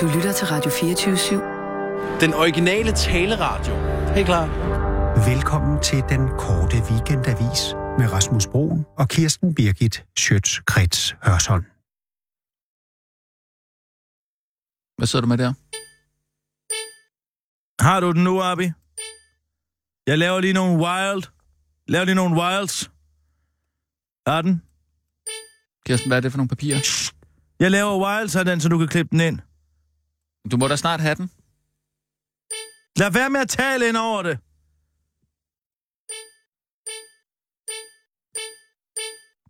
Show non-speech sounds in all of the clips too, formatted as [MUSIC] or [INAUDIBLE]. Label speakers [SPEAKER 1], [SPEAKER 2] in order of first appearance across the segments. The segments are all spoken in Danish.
[SPEAKER 1] Du lytter til Radio 24 /7.
[SPEAKER 2] Den originale taleradio. Helt klar.
[SPEAKER 3] Velkommen til den korte weekendavis med Rasmus Broen og Kirsten Birgit Schøtz-Krets Hørsholm.
[SPEAKER 4] Hvad sidder du med der?
[SPEAKER 5] Har du den nu, Abi? Jeg laver lige nogle wild. Laver lige nogle wilds. Er den?
[SPEAKER 4] Kirsten, hvad er det for nogle papirer?
[SPEAKER 5] Jeg laver wilds af den, så du kan klippe den ind.
[SPEAKER 4] Du må da snart have den.
[SPEAKER 5] Lad være med at tale ind over det.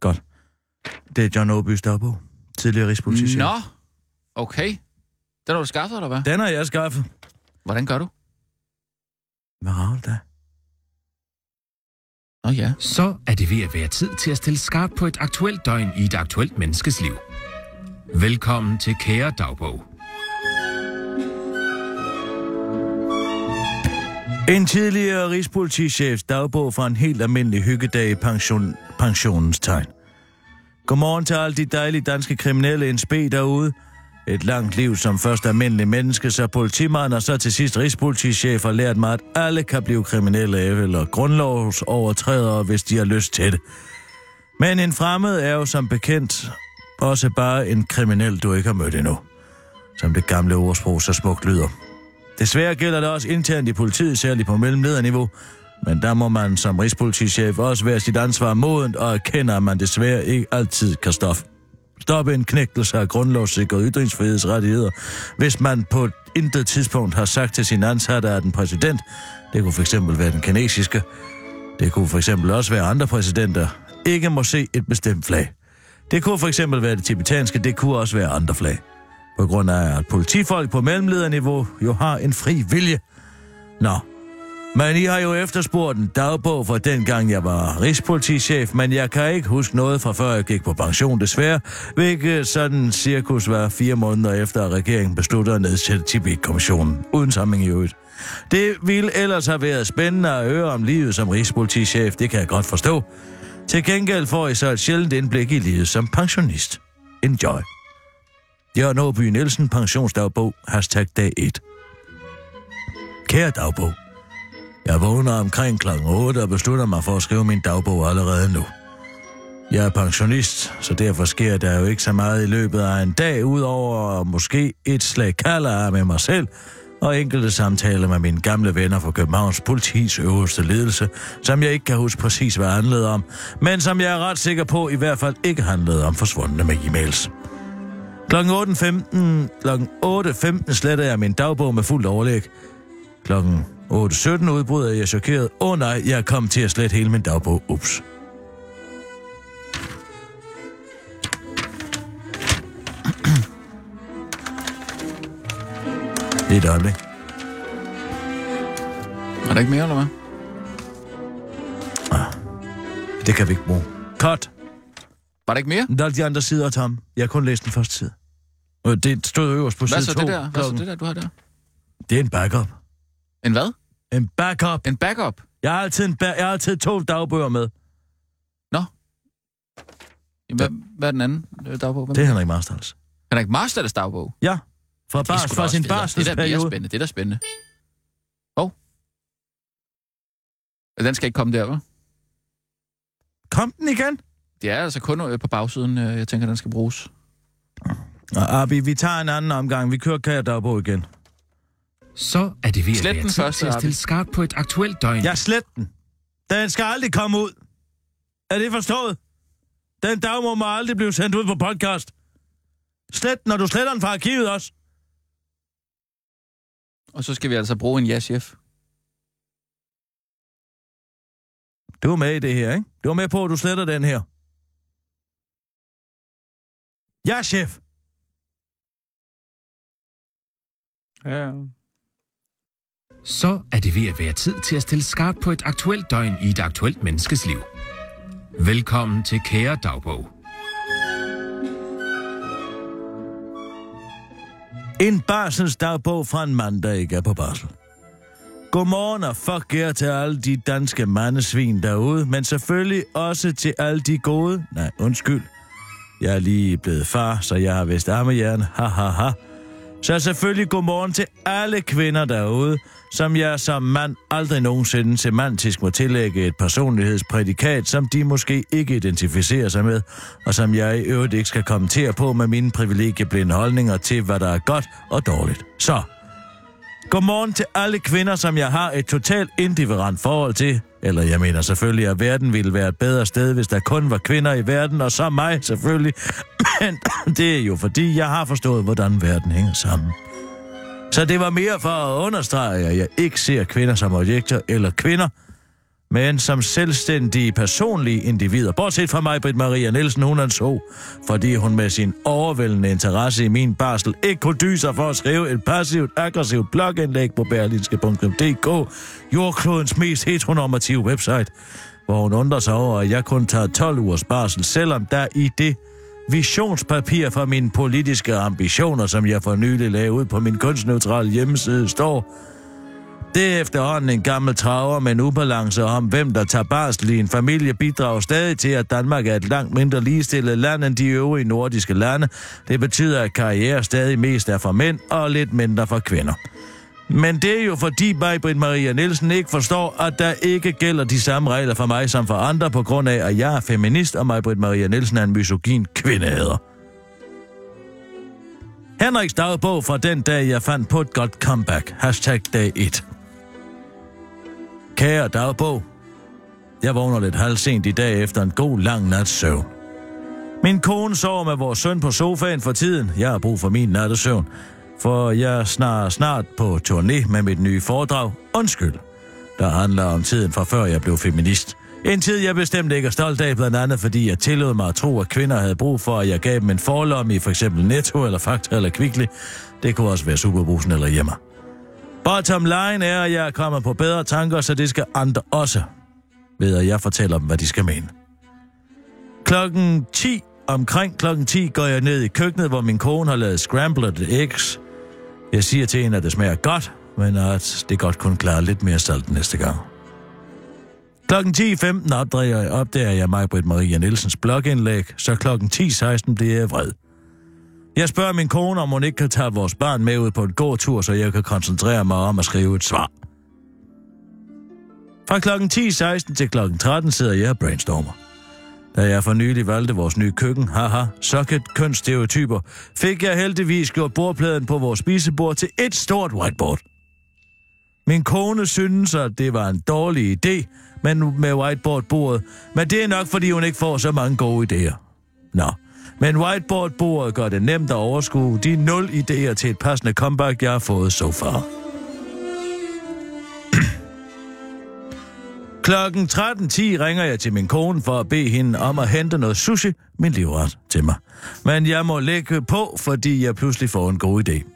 [SPEAKER 5] Godt. Det er John Åbys dagbog. Tidligere rigspolitichef.
[SPEAKER 4] Nå, okay. Den har du skaffet, eller hvad?
[SPEAKER 5] Den har jeg skaffet.
[SPEAKER 4] Hvordan gør du?
[SPEAKER 5] Hvad har du da?
[SPEAKER 4] Nå ja.
[SPEAKER 6] Så er det ved at være tid til at stille skarp på et aktuelt døgn i et aktuelt menneskes liv. Velkommen til Kære Dagbog.
[SPEAKER 5] En tidligere rigspolitichefs dagbog fra en helt almindelig hyggedag i pension, pensionens tegn. Godmorgen til alle de dejlige danske kriminelle en spe derude. Et langt liv som først almindelig menneske, så politimand og så til sidst rigspolitichef har lært mig, at alle kan blive kriminelle eller grundlovsovertrædere, hvis de har lyst til det. Men en fremmed er jo som bekendt også bare en kriminel, du ikke har mødt endnu. Som det gamle ordsprog så smukt lyder. Desværre gælder det også internt i politiet, særligt på mellemlederniveau. Men der må man som rigspolitichef også være sit ansvar modent og erkende, at man desværre ikke altid kan stoppe. Stoppe en knægtelse af grundlovssikrede ytringsfrihedsrettigheder, hvis man på intet tidspunkt har sagt til sin ansatte, at en præsident, det kunne fx være den kinesiske, det kunne fx også være andre præsidenter, ikke må se et bestemt flag. Det kunne fx være det tibetanske, det kunne også være andre flag på grund af, at politifolk på mellemlederniveau jo har en fri vilje. Nå, men I har jo efterspurgt en dagbog fra dengang, jeg var rigspolitichef, men jeg kan ikke huske noget fra før jeg gik på pension desværre, hvilket sådan cirkus var fire måneder efter, at regeringen besluttede at nedsætte Tibet-kommissionen, uden sammenhæng i øvrigt. Det ville ellers have været spændende at høre om livet som rigspolitichef, det kan jeg godt forstå. Til gengæld får I så et sjældent indblik i livet som pensionist. Enjoy. Jørgen Åby Nielsen, pensionsdagbog, hashtag dag 1. Kære dagbog, jeg vågner omkring kl. 8 og beslutter mig for at skrive min dagbog allerede nu. Jeg er pensionist, så derfor sker der jo ikke så meget i løbet af en dag, udover måske et slag kalder med mig selv, og enkelte samtaler med mine gamle venner fra Københavns politis øverste ledelse, som jeg ikke kan huske præcis, hvad handlede om, men som jeg er ret sikker på i hvert fald ikke handlede om forsvundne med e-mails. Kl. 8.15 kl. 8.15 sletter jeg min dagbog med fuldt overlæg. Kl. 8.17 udbryder jeg chokeret. Åh oh, nej, jeg kom til at slette hele min dagbog. Ups. Lige et øjeblik.
[SPEAKER 4] Er der ikke mere, eller hvad?
[SPEAKER 5] Det kan vi ikke bruge. Cut.
[SPEAKER 4] Var der ikke mere?
[SPEAKER 5] Der er de andre sider, Tom. Jeg har kun læst den første side. Øh, Det stod øverst på
[SPEAKER 4] Hvad
[SPEAKER 5] side
[SPEAKER 4] så
[SPEAKER 5] 2.
[SPEAKER 4] det der? Hvad så det der, du har der?
[SPEAKER 5] det er en backup.
[SPEAKER 4] En hvad?
[SPEAKER 5] En backup.
[SPEAKER 4] En backup?
[SPEAKER 5] Jeg har altid, en ba- jeg har altid to dagbøger med.
[SPEAKER 4] Jamen, hvad, hvad er den anden øh, dagbog? Hvem?
[SPEAKER 5] Det er Henrik Marstals.
[SPEAKER 4] Er der ikke Marstallers dagbog?
[SPEAKER 5] Ja. Fra,
[SPEAKER 4] Det er
[SPEAKER 5] bars,
[SPEAKER 4] sgu da
[SPEAKER 5] fra
[SPEAKER 4] også
[SPEAKER 5] sin
[SPEAKER 4] federe. Det er da mere
[SPEAKER 5] barselsperiode.
[SPEAKER 4] spændende. Det er da spændende. Hov. Den skal ikke komme der, hva'?
[SPEAKER 5] Kom den igen?
[SPEAKER 4] Det er altså kun øh, på bagsiden, øh, jeg tænker, den skal bruges.
[SPEAKER 5] Og Abi, vi tager en anden omgang. Vi kører kære dagbog igen.
[SPEAKER 6] Så er det ved at
[SPEAKER 4] Slet
[SPEAKER 6] være
[SPEAKER 4] den
[SPEAKER 6] tid
[SPEAKER 4] første,
[SPEAKER 6] til at
[SPEAKER 4] Abi.
[SPEAKER 6] stille skarp på et aktuelt døgn.
[SPEAKER 5] Jeg slet den. Den skal aldrig komme ud. Er det forstået? Den dagbog må aldrig blive sendt ud på podcast. Slet den, når du sletter den fra arkivet også.
[SPEAKER 4] Og så skal vi altså bruge en ja-chef.
[SPEAKER 5] Du er med i det her, ikke? Du er med på, at du sletter den her. Ja, chef.
[SPEAKER 4] Ja.
[SPEAKER 6] Så er det ved at være tid til at stille skarp på et aktuelt døgn i et aktuelt menneskes liv. Velkommen til Kære Dagbog.
[SPEAKER 5] En barselsdagbog fra en mand, der ikke er på barsel. Godmorgen og fuck jer til alle de danske mandesvin derude, men selvfølgelig også til alle de gode... Nej, undskyld. Jeg er lige blevet far, så jeg har vist armehjern. Ha, ha, ha. Så selvfølgelig godmorgen til alle kvinder derude, som jeg som mand aldrig nogensinde semantisk må tillægge et personlighedsprædikat, som de måske ikke identificerer sig med, og som jeg i øvrigt ikke skal kommentere på med mine privilegieblinde holdninger til, hvad der er godt og dårligt. Så, godmorgen til alle kvinder, som jeg har et totalt indifferent forhold til, eller jeg mener selvfølgelig, at verden ville være et bedre sted, hvis der kun var kvinder i verden, og så mig selvfølgelig. Men [CLEARS THROAT] det er jo fordi, jeg har forstået, hvordan verden hænger sammen. Så det var mere for at understrege, at jeg ikke ser kvinder som objekter eller kvinder, men som selvstændige personlige individer. Bortset fra mig, Britt Maria Nielsen, hun er en så, fordi hun med sin overvældende interesse i min barsel ikke kunne dyse sig for at skrive et passivt, aggressivt blogindlæg på berlinske.dk, jordklodens mest heteronormative website, hvor hun undrer sig over, at jeg kun tager 12 ugers barsel, selvom der i det visionspapir for mine politiske ambitioner, som jeg for nylig lagde ud på min kunstneutrale hjemmeside, står, det er efterhånden en gammel traver med en ubalance om, hvem der tager barsel i en familie, bidrager stadig til, at Danmark er et langt mindre ligestillet land end de øvrige nordiske lande. Det betyder, at karriere stadig mest er for mænd og lidt mindre for kvinder. Men det er jo fordi Majbrit Maria Nielsen ikke forstår, at der ikke gælder de samme regler for mig som for andre, på grund af, at jeg er feminist, og Majbrit Maria Nielsen er en misogyn kvindehader. Henriks dagbog fra den dag, jeg fandt på et godt comeback. Hashtag dag 1. Kære dagbog, jeg vågner lidt halvsent i dag efter en god lang nats søvn. Min kone sover med vores søn på sofaen for tiden. Jeg har brug for min nattesøvn, for jeg er snart, snart på turné med mit nye foredrag. Undskyld, der handler om tiden fra før jeg blev feminist. En tid, jeg bestemt ikke er stolt af, blandt andet fordi jeg tillod mig at tro, at kvinder havde brug for, at jeg gav dem en forlomme i f.eks. Netto eller Fakta eller Kvickly. Det kunne også være Superbrusen eller Hjemmer. Bottom line er, at jeg er kommet på bedre tanker, så det skal andre også, ved at jeg fortæller dem, hvad de skal mene. Klokken 10, omkring klokken 10, går jeg ned i køkkenet, hvor min kone har lavet scrambled eggs. Jeg siger til hende, at det smager godt, men at det godt kunne klare lidt mere salt næste gang. Klokken 10.15 opdager jeg, opdager jeg Majbrit Maria Nielsens blogindlæg, så klokken 10.16 bliver jeg vred. Jeg spørger min kone, om hun ikke kan tage vores barn med ud på en god tur, så jeg kan koncentrere mig om at skrive et svar. Fra klokken 10.16 til klokken 13 sidder jeg og brainstormer. Da jeg for nylig valgte vores nye køkken, haha, socket kønsstereotyper, fik jeg heldigvis gjort bordpladen på vores spisebord til et stort whiteboard. Min kone synes, at det var en dårlig idé men med whiteboardbordet, men det er nok, fordi hun ikke får så mange gode idéer. Nå, men whiteboardbordet gør det nemt at overskue de nul idéer til et passende comeback, jeg har fået så so far. [CLEARS THROAT] Klokken 13.10 ringer jeg til min kone for at bede hende om at hente noget sushi, min livret, til mig. Men jeg må lægge på, fordi jeg pludselig får en god idé.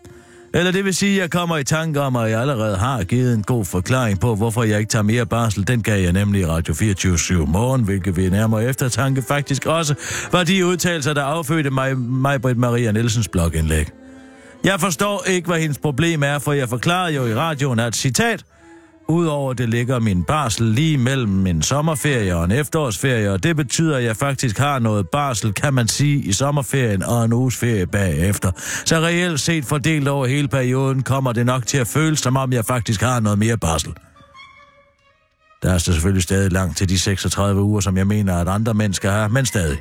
[SPEAKER 5] Eller det vil sige, at jeg kommer i tanke om, at jeg allerede har givet en god forklaring på, hvorfor jeg ikke tager mere barsel. Den gav jeg nemlig i Radio 24 morgen, hvilket ved nærmere eftertanke faktisk også var de udtalelser, der affødte mig, mig Britt Maria Nielsens blogindlæg. Jeg forstår ikke, hvad hendes problem er, for jeg forklarede jo i radioen, at citat, Udover det ligger min barsel lige mellem en sommerferie og en efterårsferie, og det betyder, at jeg faktisk har noget barsel, kan man sige, i sommerferien og en uges ferie bagefter. Så reelt set fordelt over hele perioden kommer det nok til at føles, som om jeg faktisk har noget mere barsel. Der er selvfølgelig stadig langt til de 36 uger, som jeg mener, at andre mennesker har, men stadig.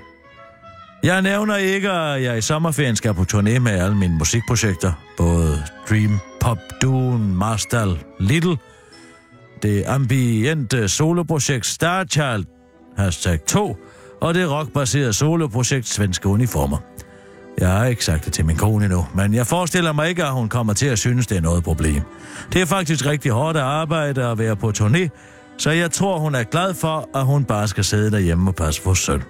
[SPEAKER 5] Jeg nævner ikke, at jeg i sommerferien skal på turné med alle mine musikprojekter. Både Dream Pop, Dune, Marstal, Little – det ambiente soloprojekt Starchild, hashtag 2, og det rockbaserede soloprojekt Svenske Uniformer. Jeg har ikke sagt det til min kone endnu, men jeg forestiller mig ikke, at hun kommer til at synes, det er noget problem. Det er faktisk rigtig hårdt at arbejde og være på turné, så jeg tror, hun er glad for, at hun bare skal sidde derhjemme og passe på søn.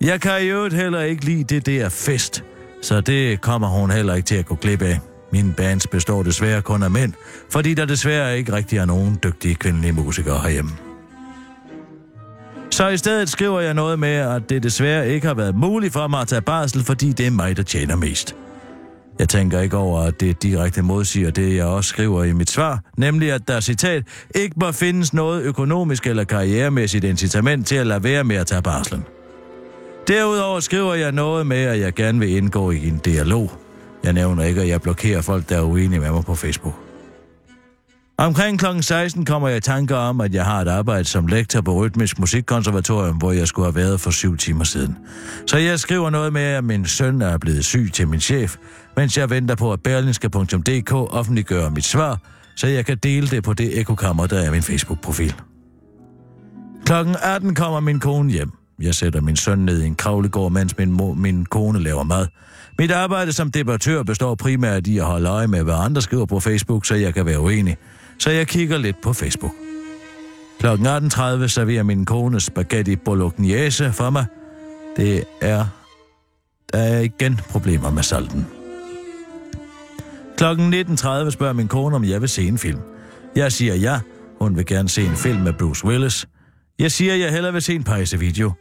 [SPEAKER 5] Jeg kan i øvrigt heller ikke lide det der fest, så det kommer hun heller ikke til at gå glip af. Min bands består desværre kun af mænd, fordi der desværre ikke rigtig er nogen dygtige kvindelige musikere herhjemme. Så i stedet skriver jeg noget med, at det desværre ikke har været muligt for mig at tage barsel, fordi det er mig, der tjener mest. Jeg tænker ikke over, at det direkte modsiger det, jeg også skriver i mit svar, nemlig at der, citat, ikke må findes noget økonomisk eller karrieremæssigt incitament til at lade være med at tage barslen. Derudover skriver jeg noget med, at jeg gerne vil indgå i en dialog Jeg nævner ikke, at jeg blokerer folk, der er uenige med mig på Facebook. Omkring kl. 16 kommer jeg i tanker om, at jeg har et arbejde som lektor på Rytmisk Musikkonservatorium, hvor jeg skulle have været for syv timer siden. Så jeg skriver noget med, at min søn er blevet syg til min chef, mens jeg venter på, at berlinske.dk offentliggør mit svar, så jeg kan dele det på det ekokammer, der er min Facebook-profil. Klokken 18 kommer min kone hjem. Jeg sætter min søn ned i en kravlegård, mens min, mor, min kone laver mad. Mit arbejde som debattør består primært i at holde øje med, hvad andre skriver på Facebook, så jeg kan være uenig. Så jeg kigger lidt på Facebook. Klokken 18.30 serverer min kone spaghetti bolognese for mig. Det er... Der er igen problemer med salten. Klokken 19.30 spørger min kone, om jeg vil se en film. Jeg siger ja. Hun vil gerne se en film med Bruce Willis. Jeg siger, jeg hellere vil se en pejsevideo.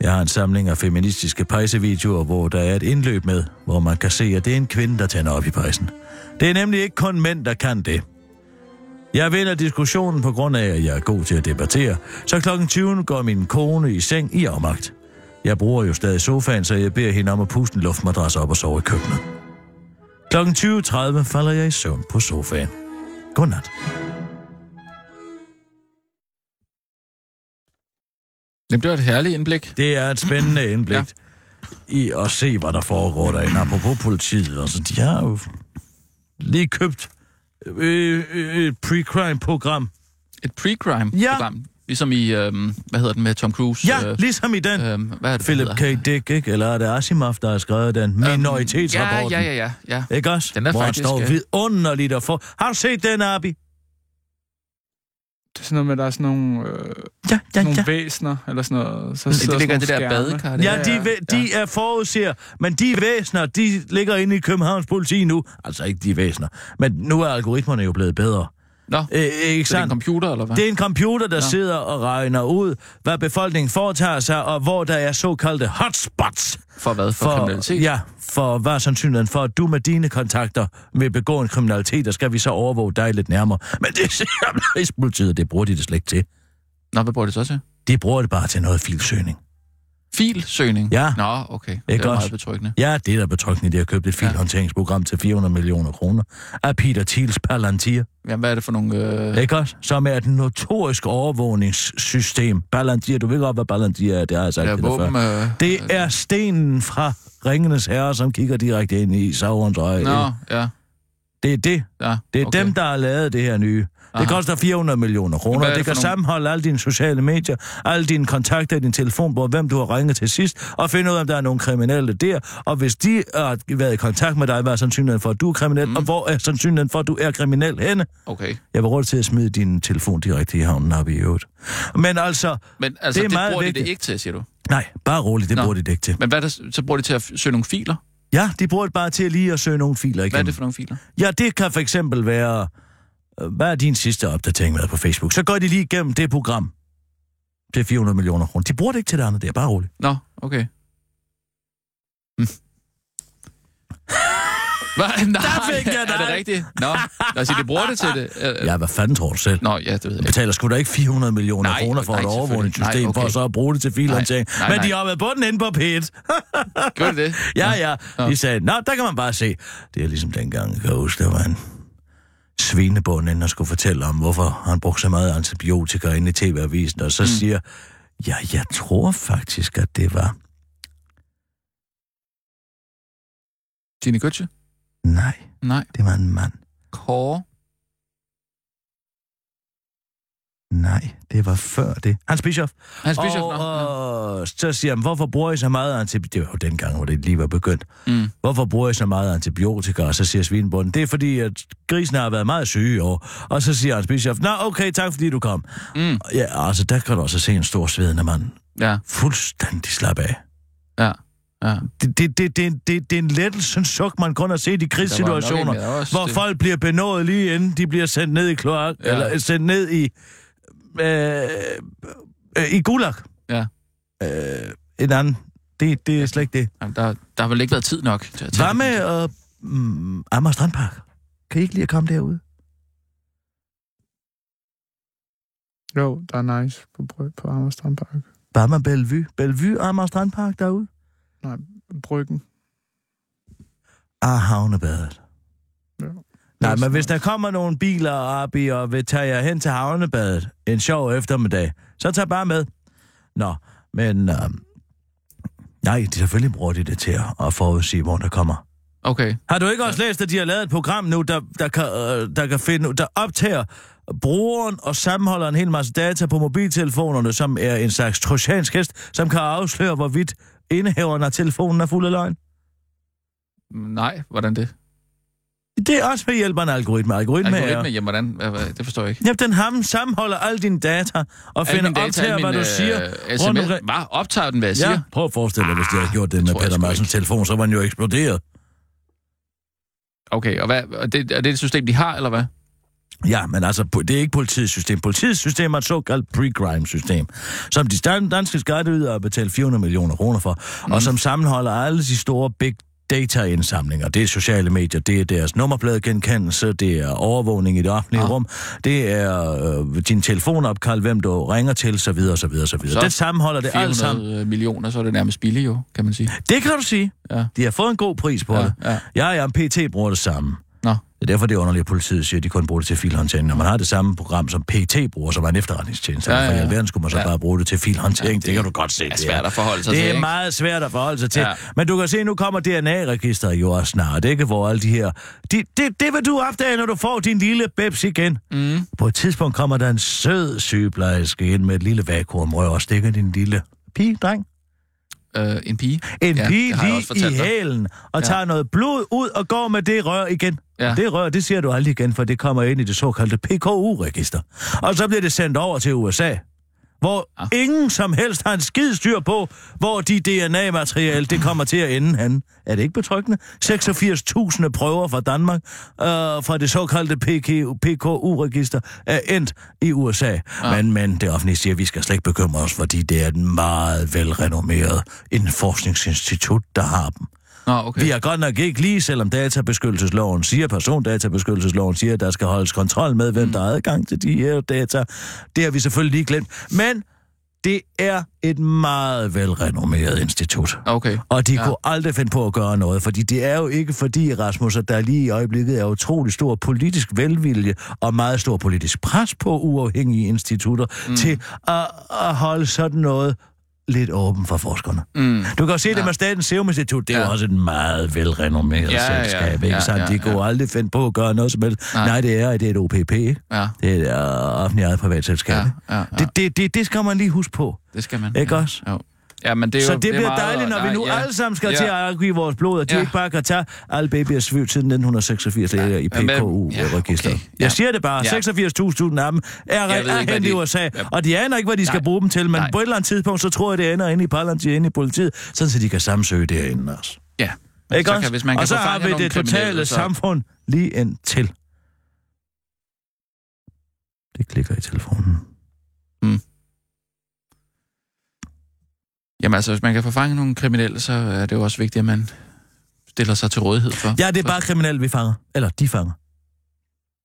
[SPEAKER 5] Jeg har en samling af feministiske pejsevideoer, hvor der er et indløb med, hvor man kan se, at det er en kvinde, der tænder op i pejsen. Det er nemlig ikke kun mænd, der kan det. Jeg vinder diskussionen på grund af, at jeg er god til at debattere, så kl. 20 går min kone i seng i afmagt. Jeg bruger jo stadig sofaen, så jeg beder hende om at puste en luftmadras op og sove i køkkenet. Kl. 20.30 falder jeg i søvn på sofaen. Godnat.
[SPEAKER 4] Jamen, det var et herligt indblik.
[SPEAKER 5] Det er et
[SPEAKER 4] [CLEARS THROAT]
[SPEAKER 5] spændende indblik
[SPEAKER 4] Ja.
[SPEAKER 5] ja. i at se, hvad der foregår derinde. Apropos politiet, altså, de har jo lige købt øh, øh, et pre-crime-program.
[SPEAKER 4] Et pre-crime
[SPEAKER 5] Ja.
[SPEAKER 4] program. Ligesom i, øhm, hvad hedder den med Tom Cruise?
[SPEAKER 5] Ja,
[SPEAKER 4] øh,
[SPEAKER 5] ligesom i den.
[SPEAKER 4] øhm, hvad er det,
[SPEAKER 5] Philip
[SPEAKER 4] den hedder? Øhm,
[SPEAKER 5] K. Dick, ikke? Eller er det Asimov, der har skrevet den? Minoritetsrapporten.
[SPEAKER 4] Ja, ja, ja, ja. ja.
[SPEAKER 5] Ikke også?
[SPEAKER 4] Den er
[SPEAKER 5] Hvor
[SPEAKER 4] faktisk,
[SPEAKER 5] han står
[SPEAKER 4] øh,
[SPEAKER 5] vidunderligt og for. Har du set den, Abi?
[SPEAKER 1] Det er sådan noget med, at der er sådan nogle, øh,
[SPEAKER 5] Ja, ja,
[SPEAKER 1] nogle
[SPEAKER 5] ja.
[SPEAKER 1] væsner, eller sådan noget. Så
[SPEAKER 4] Det,
[SPEAKER 1] sidder
[SPEAKER 4] det ligger i det
[SPEAKER 1] sådan
[SPEAKER 4] der
[SPEAKER 1] nogle
[SPEAKER 4] badekar.
[SPEAKER 1] skærme.
[SPEAKER 4] der.
[SPEAKER 5] Ja, de,
[SPEAKER 1] ja,
[SPEAKER 5] væ- de er forudser, men de væsner, de ligger inde i Københavns politi nu. Altså ikke de væsner, men nu er algoritmerne jo blevet bedre.
[SPEAKER 4] Nå,
[SPEAKER 5] Øh,
[SPEAKER 4] så
[SPEAKER 5] ikke
[SPEAKER 4] det er en
[SPEAKER 5] sandt?
[SPEAKER 4] computer, eller hvad?
[SPEAKER 5] Det er en computer, der ja. sidder og regner ud, hvad befolkningen foretager sig, og hvor der er såkaldte hotspots.
[SPEAKER 4] For hvad? For, for kriminalitet?
[SPEAKER 5] Ja, for hvad er sandsynligheden for, at du med dine kontakter vil begå en kriminalitet, og skal vi så overvåge dig lidt nærmere. Men det siger [LAUGHS] Rigspolitiet, det bruger de det slet ikke til.
[SPEAKER 4] Nå, hvad bruger det så til?
[SPEAKER 5] De bruger det bare til noget filsøgning.
[SPEAKER 4] Filsøgning?
[SPEAKER 5] Ja.
[SPEAKER 4] Nå, okay. Ikke det
[SPEAKER 5] Ikke
[SPEAKER 4] er
[SPEAKER 5] også?
[SPEAKER 4] meget betryggende.
[SPEAKER 5] Ja, det er da betryggende, de har købt et filhåndteringsprogram til 400 millioner kroner af Peter Thiels Palantir.
[SPEAKER 4] Jamen, hvad er det for nogle... Øh...
[SPEAKER 5] Ikke også? Som er et notorisk overvågningssystem. Palantir, du ved godt, hvad Palantir er, det har jeg sagt
[SPEAKER 4] Ja,
[SPEAKER 5] til dig før.
[SPEAKER 4] våben, øh...
[SPEAKER 5] Det er stenen fra Ringenes Herre, som kigger direkte ind i Saurons øje.
[SPEAKER 4] Nå, ja.
[SPEAKER 5] Det er det.
[SPEAKER 4] ja
[SPEAKER 5] Det er
[SPEAKER 4] okay.
[SPEAKER 5] okay. dem, der har lavet det her nye. Aha.
[SPEAKER 4] Aha.
[SPEAKER 5] Det koster 400 millioner
[SPEAKER 4] Hvad
[SPEAKER 5] kroner.
[SPEAKER 4] er det for
[SPEAKER 5] Det kan
[SPEAKER 4] nogle-
[SPEAKER 5] sammenholde alle dine sociale medier, alle dine kontakter i din telefonbog, hvem du har ringet til sidst, og finde ud af, om der er nogle kriminelle der. Og hvis de har været i kontakt med dig, hvad er sandsynligheden for, at du er kriminel, mm. og hvor er sandsynligheden for, at du er kriminel henne?
[SPEAKER 4] Okay.
[SPEAKER 5] Jeg var råd til at smide din telefon direkte i havnen, har vi i øvrigt. Men altså,
[SPEAKER 4] Men altså,
[SPEAKER 5] Det er
[SPEAKER 4] det, det
[SPEAKER 5] meget
[SPEAKER 4] bruger vigtigt. de
[SPEAKER 5] vigtigt.
[SPEAKER 4] det ikke til, siger du?
[SPEAKER 5] nej, bare roligt, det
[SPEAKER 4] Nå.
[SPEAKER 5] Nå. bruger de det ikke til.
[SPEAKER 4] Men hvad er det, så bruger de til at f- søge nogle filer?
[SPEAKER 5] Ja, de bruger det bare til lige at søge nogle filer igennem.
[SPEAKER 4] Hvad er det for nogle filer?
[SPEAKER 5] Ja, det kan for eksempel være, øh, hvad er din sidste opdatering været på Facebook? Så går de lige igennem det program til 400 millioner kroner. De bruger det ikke til det andet, det er bare roligt.
[SPEAKER 4] Nå, okay. Hm. Hvad? [LAUGHS] Nej,
[SPEAKER 5] Der fik jeg
[SPEAKER 4] er det
[SPEAKER 5] dig.
[SPEAKER 4] rigtigt? Nå, altså, de bruger det til det. Øh,
[SPEAKER 5] Ja, hvad fanden tror du selv?
[SPEAKER 4] Nå, ja, det ved
[SPEAKER 5] Du
[SPEAKER 4] jeg ikke.
[SPEAKER 5] betaler sgu da ikke 400 millioner
[SPEAKER 4] Nej,
[SPEAKER 5] kroner for
[SPEAKER 4] nej,
[SPEAKER 5] et
[SPEAKER 4] selvfølgelig.
[SPEAKER 5] overvågningssystem,
[SPEAKER 4] Nej, okay.
[SPEAKER 5] for så at bruge det til filhåndtering.
[SPEAKER 4] Nej, nej,
[SPEAKER 5] Men de
[SPEAKER 4] nej.
[SPEAKER 5] har været på den inde på pit.
[SPEAKER 4] Gør det det?
[SPEAKER 5] [LAUGHS] Ja, ja.
[SPEAKER 4] Ja.
[SPEAKER 5] De sagde, nå, der kan man bare se. Det er ligesom dengang, jeg kan huske, der var en svinebund inde og skulle fortælle om, hvorfor han brugte så meget antibiotika inde i TV-avisen, og så mm. siger, ja, jeg tror faktisk, at det var
[SPEAKER 4] Tine Gøtje?
[SPEAKER 5] Nej,
[SPEAKER 4] Nej.
[SPEAKER 5] det var en mand.
[SPEAKER 4] Kåre?
[SPEAKER 5] Nej, det var før det. Hans Bischof.
[SPEAKER 4] Hans Bischof?
[SPEAKER 5] Og, øh,
[SPEAKER 4] Nå, nå.
[SPEAKER 5] og så siger han, hvorfor bruger I så meget antibiotika? Det var jo dengang, hvor det lige var begyndt.
[SPEAKER 4] Mm.
[SPEAKER 5] Hvorfor bruger I så meget antibiotika? Og så siger svinebunden, det er fordi, at grisene har været meget syge i år. Og så siger Hans Bischof, nå okay, tak fordi du kom.
[SPEAKER 4] Mm.
[SPEAKER 5] Ja, altså der kan du også se en stor svedende mand.
[SPEAKER 4] Ja,
[SPEAKER 5] Fuldstændig slap af.
[SPEAKER 4] ja, ja.
[SPEAKER 5] Det, det, det, det, det, det er en lettelsens suk, man kun har set i
[SPEAKER 4] Der var
[SPEAKER 5] krigssituationer.
[SPEAKER 4] nok en af os,
[SPEAKER 5] hvor
[SPEAKER 4] det-
[SPEAKER 5] folk bliver benået lige inden de bliver sendt ned i kloak,
[SPEAKER 4] Ja.
[SPEAKER 5] ja. eller sendt ned i, øh, øh, i gulag.
[SPEAKER 4] Ja.
[SPEAKER 5] Øh, en anden. Det, det er slet ikke det.
[SPEAKER 4] Jamen, der, der har vel ikke været tid nok til at tage
[SPEAKER 5] Hvad
[SPEAKER 4] det.
[SPEAKER 5] med øh, mm, Amager Strandpark? Kan I ikke lige at komme derude?
[SPEAKER 1] Jo, der er nice på, bryg, på Amager Strandpark.
[SPEAKER 5] Hvad med Bellevue? Bellevue, Amager Strandpark derude?
[SPEAKER 1] Bryggen.
[SPEAKER 5] af havnebadet.
[SPEAKER 1] Ja.
[SPEAKER 5] Nej, men hvis der kommer nogle biler op i og vil tage jer hen til havnebadet en sjov eftermiddag, så tag bare med. Nå, men... Øh, nej, de selvfølgelig bruger de det til at- at forudsige, hvor der kommer.
[SPEAKER 4] Okay.
[SPEAKER 5] Har du ikke også læst, at de har lavet et program nu, der, der, kan, øh, der, kan finde, der optager brugeren og sammenholder en hel masse data på mobiltelefonerne, som er en slags trojansk hest, som kan afsløre, hvorvidt indehaveren af telefonen er fuld af løgn?
[SPEAKER 4] Nej, hvordan det?
[SPEAKER 5] Det er også ved hjælp af en algoritme. Algoritme,
[SPEAKER 4] Algoritme,
[SPEAKER 5] algoritme. er...
[SPEAKER 4] jamen, hvordan? Hvad- hvad- Det forstår jeg ikke.
[SPEAKER 5] Jamen, den ham sammenholder alle dine data og
[SPEAKER 4] Alle
[SPEAKER 5] finder
[SPEAKER 4] mine data,
[SPEAKER 5] optager,
[SPEAKER 4] alle
[SPEAKER 5] hvad du
[SPEAKER 4] mine,
[SPEAKER 5] siger.
[SPEAKER 4] øh,
[SPEAKER 5] rundt
[SPEAKER 4] SMS,
[SPEAKER 5] omkring.
[SPEAKER 4] hvad? Optager den, hvad jeg
[SPEAKER 5] Ja,
[SPEAKER 4] siger?
[SPEAKER 5] prøv at forestille dig, hvis de havde gjort det med
[SPEAKER 4] tror jeg
[SPEAKER 5] Peter
[SPEAKER 4] sgu
[SPEAKER 5] Madsens
[SPEAKER 4] ikke.
[SPEAKER 5] telefon, så var den jo eksploderet.
[SPEAKER 4] Okay, og, hvad, og det, er det et system, de har, eller hvad?
[SPEAKER 5] Ja, men altså, po- det er ikke politiets system. Politiets system er et såkaldt pre-crime-system, som de stan- danske skatteydere har betalt 400 millioner kroner for, mm. og som sammenholder alle de store big data-indsamlinger. Det er sociale medier, det er deres nummerpladegenkendelse, det er overvågning i det offentlige ah. rum, det er øh, din telefonopkald, hvem du ringer til, så videre, så videre, så
[SPEAKER 4] Så
[SPEAKER 5] videre. det sammenholder det alt sammen.
[SPEAKER 4] 400 millioner, så er det nærmest billigt jo, kan man sige.
[SPEAKER 5] Det kan du sige.
[SPEAKER 4] Ja.
[SPEAKER 5] De har fået en god pris på
[SPEAKER 4] Ja,
[SPEAKER 5] det.
[SPEAKER 4] ja.
[SPEAKER 5] Jeg og PT bruger det samme.
[SPEAKER 4] Nå.
[SPEAKER 5] Det er derfor, det er underligt, at politiet siger, at de kun bruger det til filhåndtering. Når man har det samme program, som PT bruger, som er en efterretningstjeneste,
[SPEAKER 4] Ja,
[SPEAKER 5] ja,
[SPEAKER 4] ja,
[SPEAKER 5] ja,
[SPEAKER 4] ja.
[SPEAKER 5] for i alverden skulle man så
[SPEAKER 4] Ja.
[SPEAKER 5] ja. bare bruge det til filhåndtering. Ja, det,
[SPEAKER 4] det
[SPEAKER 5] det, kan du godt se.
[SPEAKER 4] er svært at forholde sig
[SPEAKER 5] det
[SPEAKER 4] til,
[SPEAKER 5] Det
[SPEAKER 4] ikke?
[SPEAKER 5] er meget svært at forholde sig til.
[SPEAKER 4] Ja.
[SPEAKER 5] Ja. Men du kan se, nu kommer DNA-registeret jo også snart, ikke? Hvor alle de her... De, det, det vil du opdage, når du får din lille bebs igen. Mm. På et tidspunkt kommer der en sød sygeplejerske ind med et lille vakuumrør og stikker din lille pige, dreng
[SPEAKER 4] Øh, en pige?
[SPEAKER 5] en ja, pige
[SPEAKER 4] det har jeg også
[SPEAKER 5] lige i
[SPEAKER 4] fortalt dig.
[SPEAKER 5] hælen,
[SPEAKER 4] Ja.
[SPEAKER 5] og ja. tager noget blod ud og går med det rør igen.
[SPEAKER 4] Ja.
[SPEAKER 5] Ja. Det rør, det siger du aldrig igen, for det kommer ind i det såkaldte PKU-register. Og så bliver det sendt over til USA, hvor ja. ingen som helst har en skidstyr på, hvor de DNA-materiale, det kommer til at ende han. Er det ikke betryggende? 86.000 prøver fra Danmark, øh, fra det såkaldte PK- PKU-register, er endt i USA. Ja. Men, men det offentlige siger, at vi skal slet ikke bekymre os, fordi det er et meget velrenommeret en forskningsinstitut, der har dem.
[SPEAKER 4] Nå, okay.
[SPEAKER 5] Vi har godt nok ikke lige, selvom databeskyttelsesloven siger, persondatabeskyttelsesloven siger, at der skal holdes kontrol med, hvem mm. der har adgang til de her data. Det har vi selvfølgelig lige glemt. Men det er et meget velrenommeret institut.
[SPEAKER 4] Okay.
[SPEAKER 5] Og de
[SPEAKER 4] Ja.
[SPEAKER 5] ja. kunne aldrig finde på at gøre noget, fordi det er jo ikke fordi, Rasmus, at der lige i øjeblikket er utrolig stor politisk velvilje og meget stor politisk pres på uafhængige institutter mm. til at, at holde sådan noget lidt åben for forskerne.
[SPEAKER 4] Mm.
[SPEAKER 5] Du kan jo se ja. det med Statens Serum Institut, det er ja.
[SPEAKER 4] Ja.
[SPEAKER 5] jo også et meget velrenommeret
[SPEAKER 4] Ja,
[SPEAKER 5] ja,
[SPEAKER 4] ja,
[SPEAKER 5] selskab, ikke ja, sandt? Ja, de kunne ja. aldrig finde på at gøre noget som helst.
[SPEAKER 4] Nej.
[SPEAKER 5] Nej, Nej det er det er et OPP, ikke?
[SPEAKER 4] Ja,
[SPEAKER 5] Det er et øh, offentligt eget privatselskab.
[SPEAKER 4] ja,
[SPEAKER 5] Ja.
[SPEAKER 4] ja, ja. Det,
[SPEAKER 5] Det, det, det, det skal man lige huske på.
[SPEAKER 4] det skal man.
[SPEAKER 5] Ikke
[SPEAKER 4] ja.
[SPEAKER 5] også?
[SPEAKER 4] Jo. Ja, men det er
[SPEAKER 5] Det
[SPEAKER 4] jo,
[SPEAKER 5] så det, det
[SPEAKER 4] er
[SPEAKER 5] bliver
[SPEAKER 4] meget-
[SPEAKER 5] dejligt, når vi
[SPEAKER 4] nej,
[SPEAKER 5] nu
[SPEAKER 4] ja.
[SPEAKER 5] alle sammen skal
[SPEAKER 4] ja.
[SPEAKER 5] ja. til at afgive vores blod, og de
[SPEAKER 4] Ja.
[SPEAKER 5] ja. ikke bare kan tage alle babyers svøv siden 1986 ja. i
[SPEAKER 4] men-
[SPEAKER 5] PKU-registeret.
[SPEAKER 4] ja,
[SPEAKER 5] Ja,
[SPEAKER 4] okay.
[SPEAKER 5] okay.
[SPEAKER 4] Ja.
[SPEAKER 5] øh, Jeg siger det bare.
[SPEAKER 4] Ja.
[SPEAKER 5] 86.000 af dem er,
[SPEAKER 4] ved ikke,
[SPEAKER 5] er
[SPEAKER 4] hvad
[SPEAKER 5] hentet
[SPEAKER 4] de-
[SPEAKER 5] i USA,
[SPEAKER 4] Ja.
[SPEAKER 5] og de aner ikke, hvad de skal
[SPEAKER 4] Nej.
[SPEAKER 5] bruge dem til, men
[SPEAKER 4] Nej.
[SPEAKER 5] på et eller andet tidspunkt, så tror jeg, det ender inde i parlamentet, inde i politiet, sådan så de kan samsøge det herinde også.
[SPEAKER 4] Ja.
[SPEAKER 5] Ikke
[SPEAKER 4] så
[SPEAKER 5] også?
[SPEAKER 4] Kan, hvis man kan
[SPEAKER 5] og så
[SPEAKER 4] få
[SPEAKER 5] har
[SPEAKER 4] fanget
[SPEAKER 5] vi
[SPEAKER 4] nogle
[SPEAKER 5] det
[SPEAKER 4] kriminelle,
[SPEAKER 5] totale
[SPEAKER 4] så...
[SPEAKER 5] samfund lige ind til. Det klikker i telefonen.
[SPEAKER 4] Jamen altså, hvis man kan få fanget nogle kriminelle, så er det jo også vigtigt, at man stiller sig til rådighed for.
[SPEAKER 5] Ja, det er bare kriminelle, vi fanger. Eller de fanger.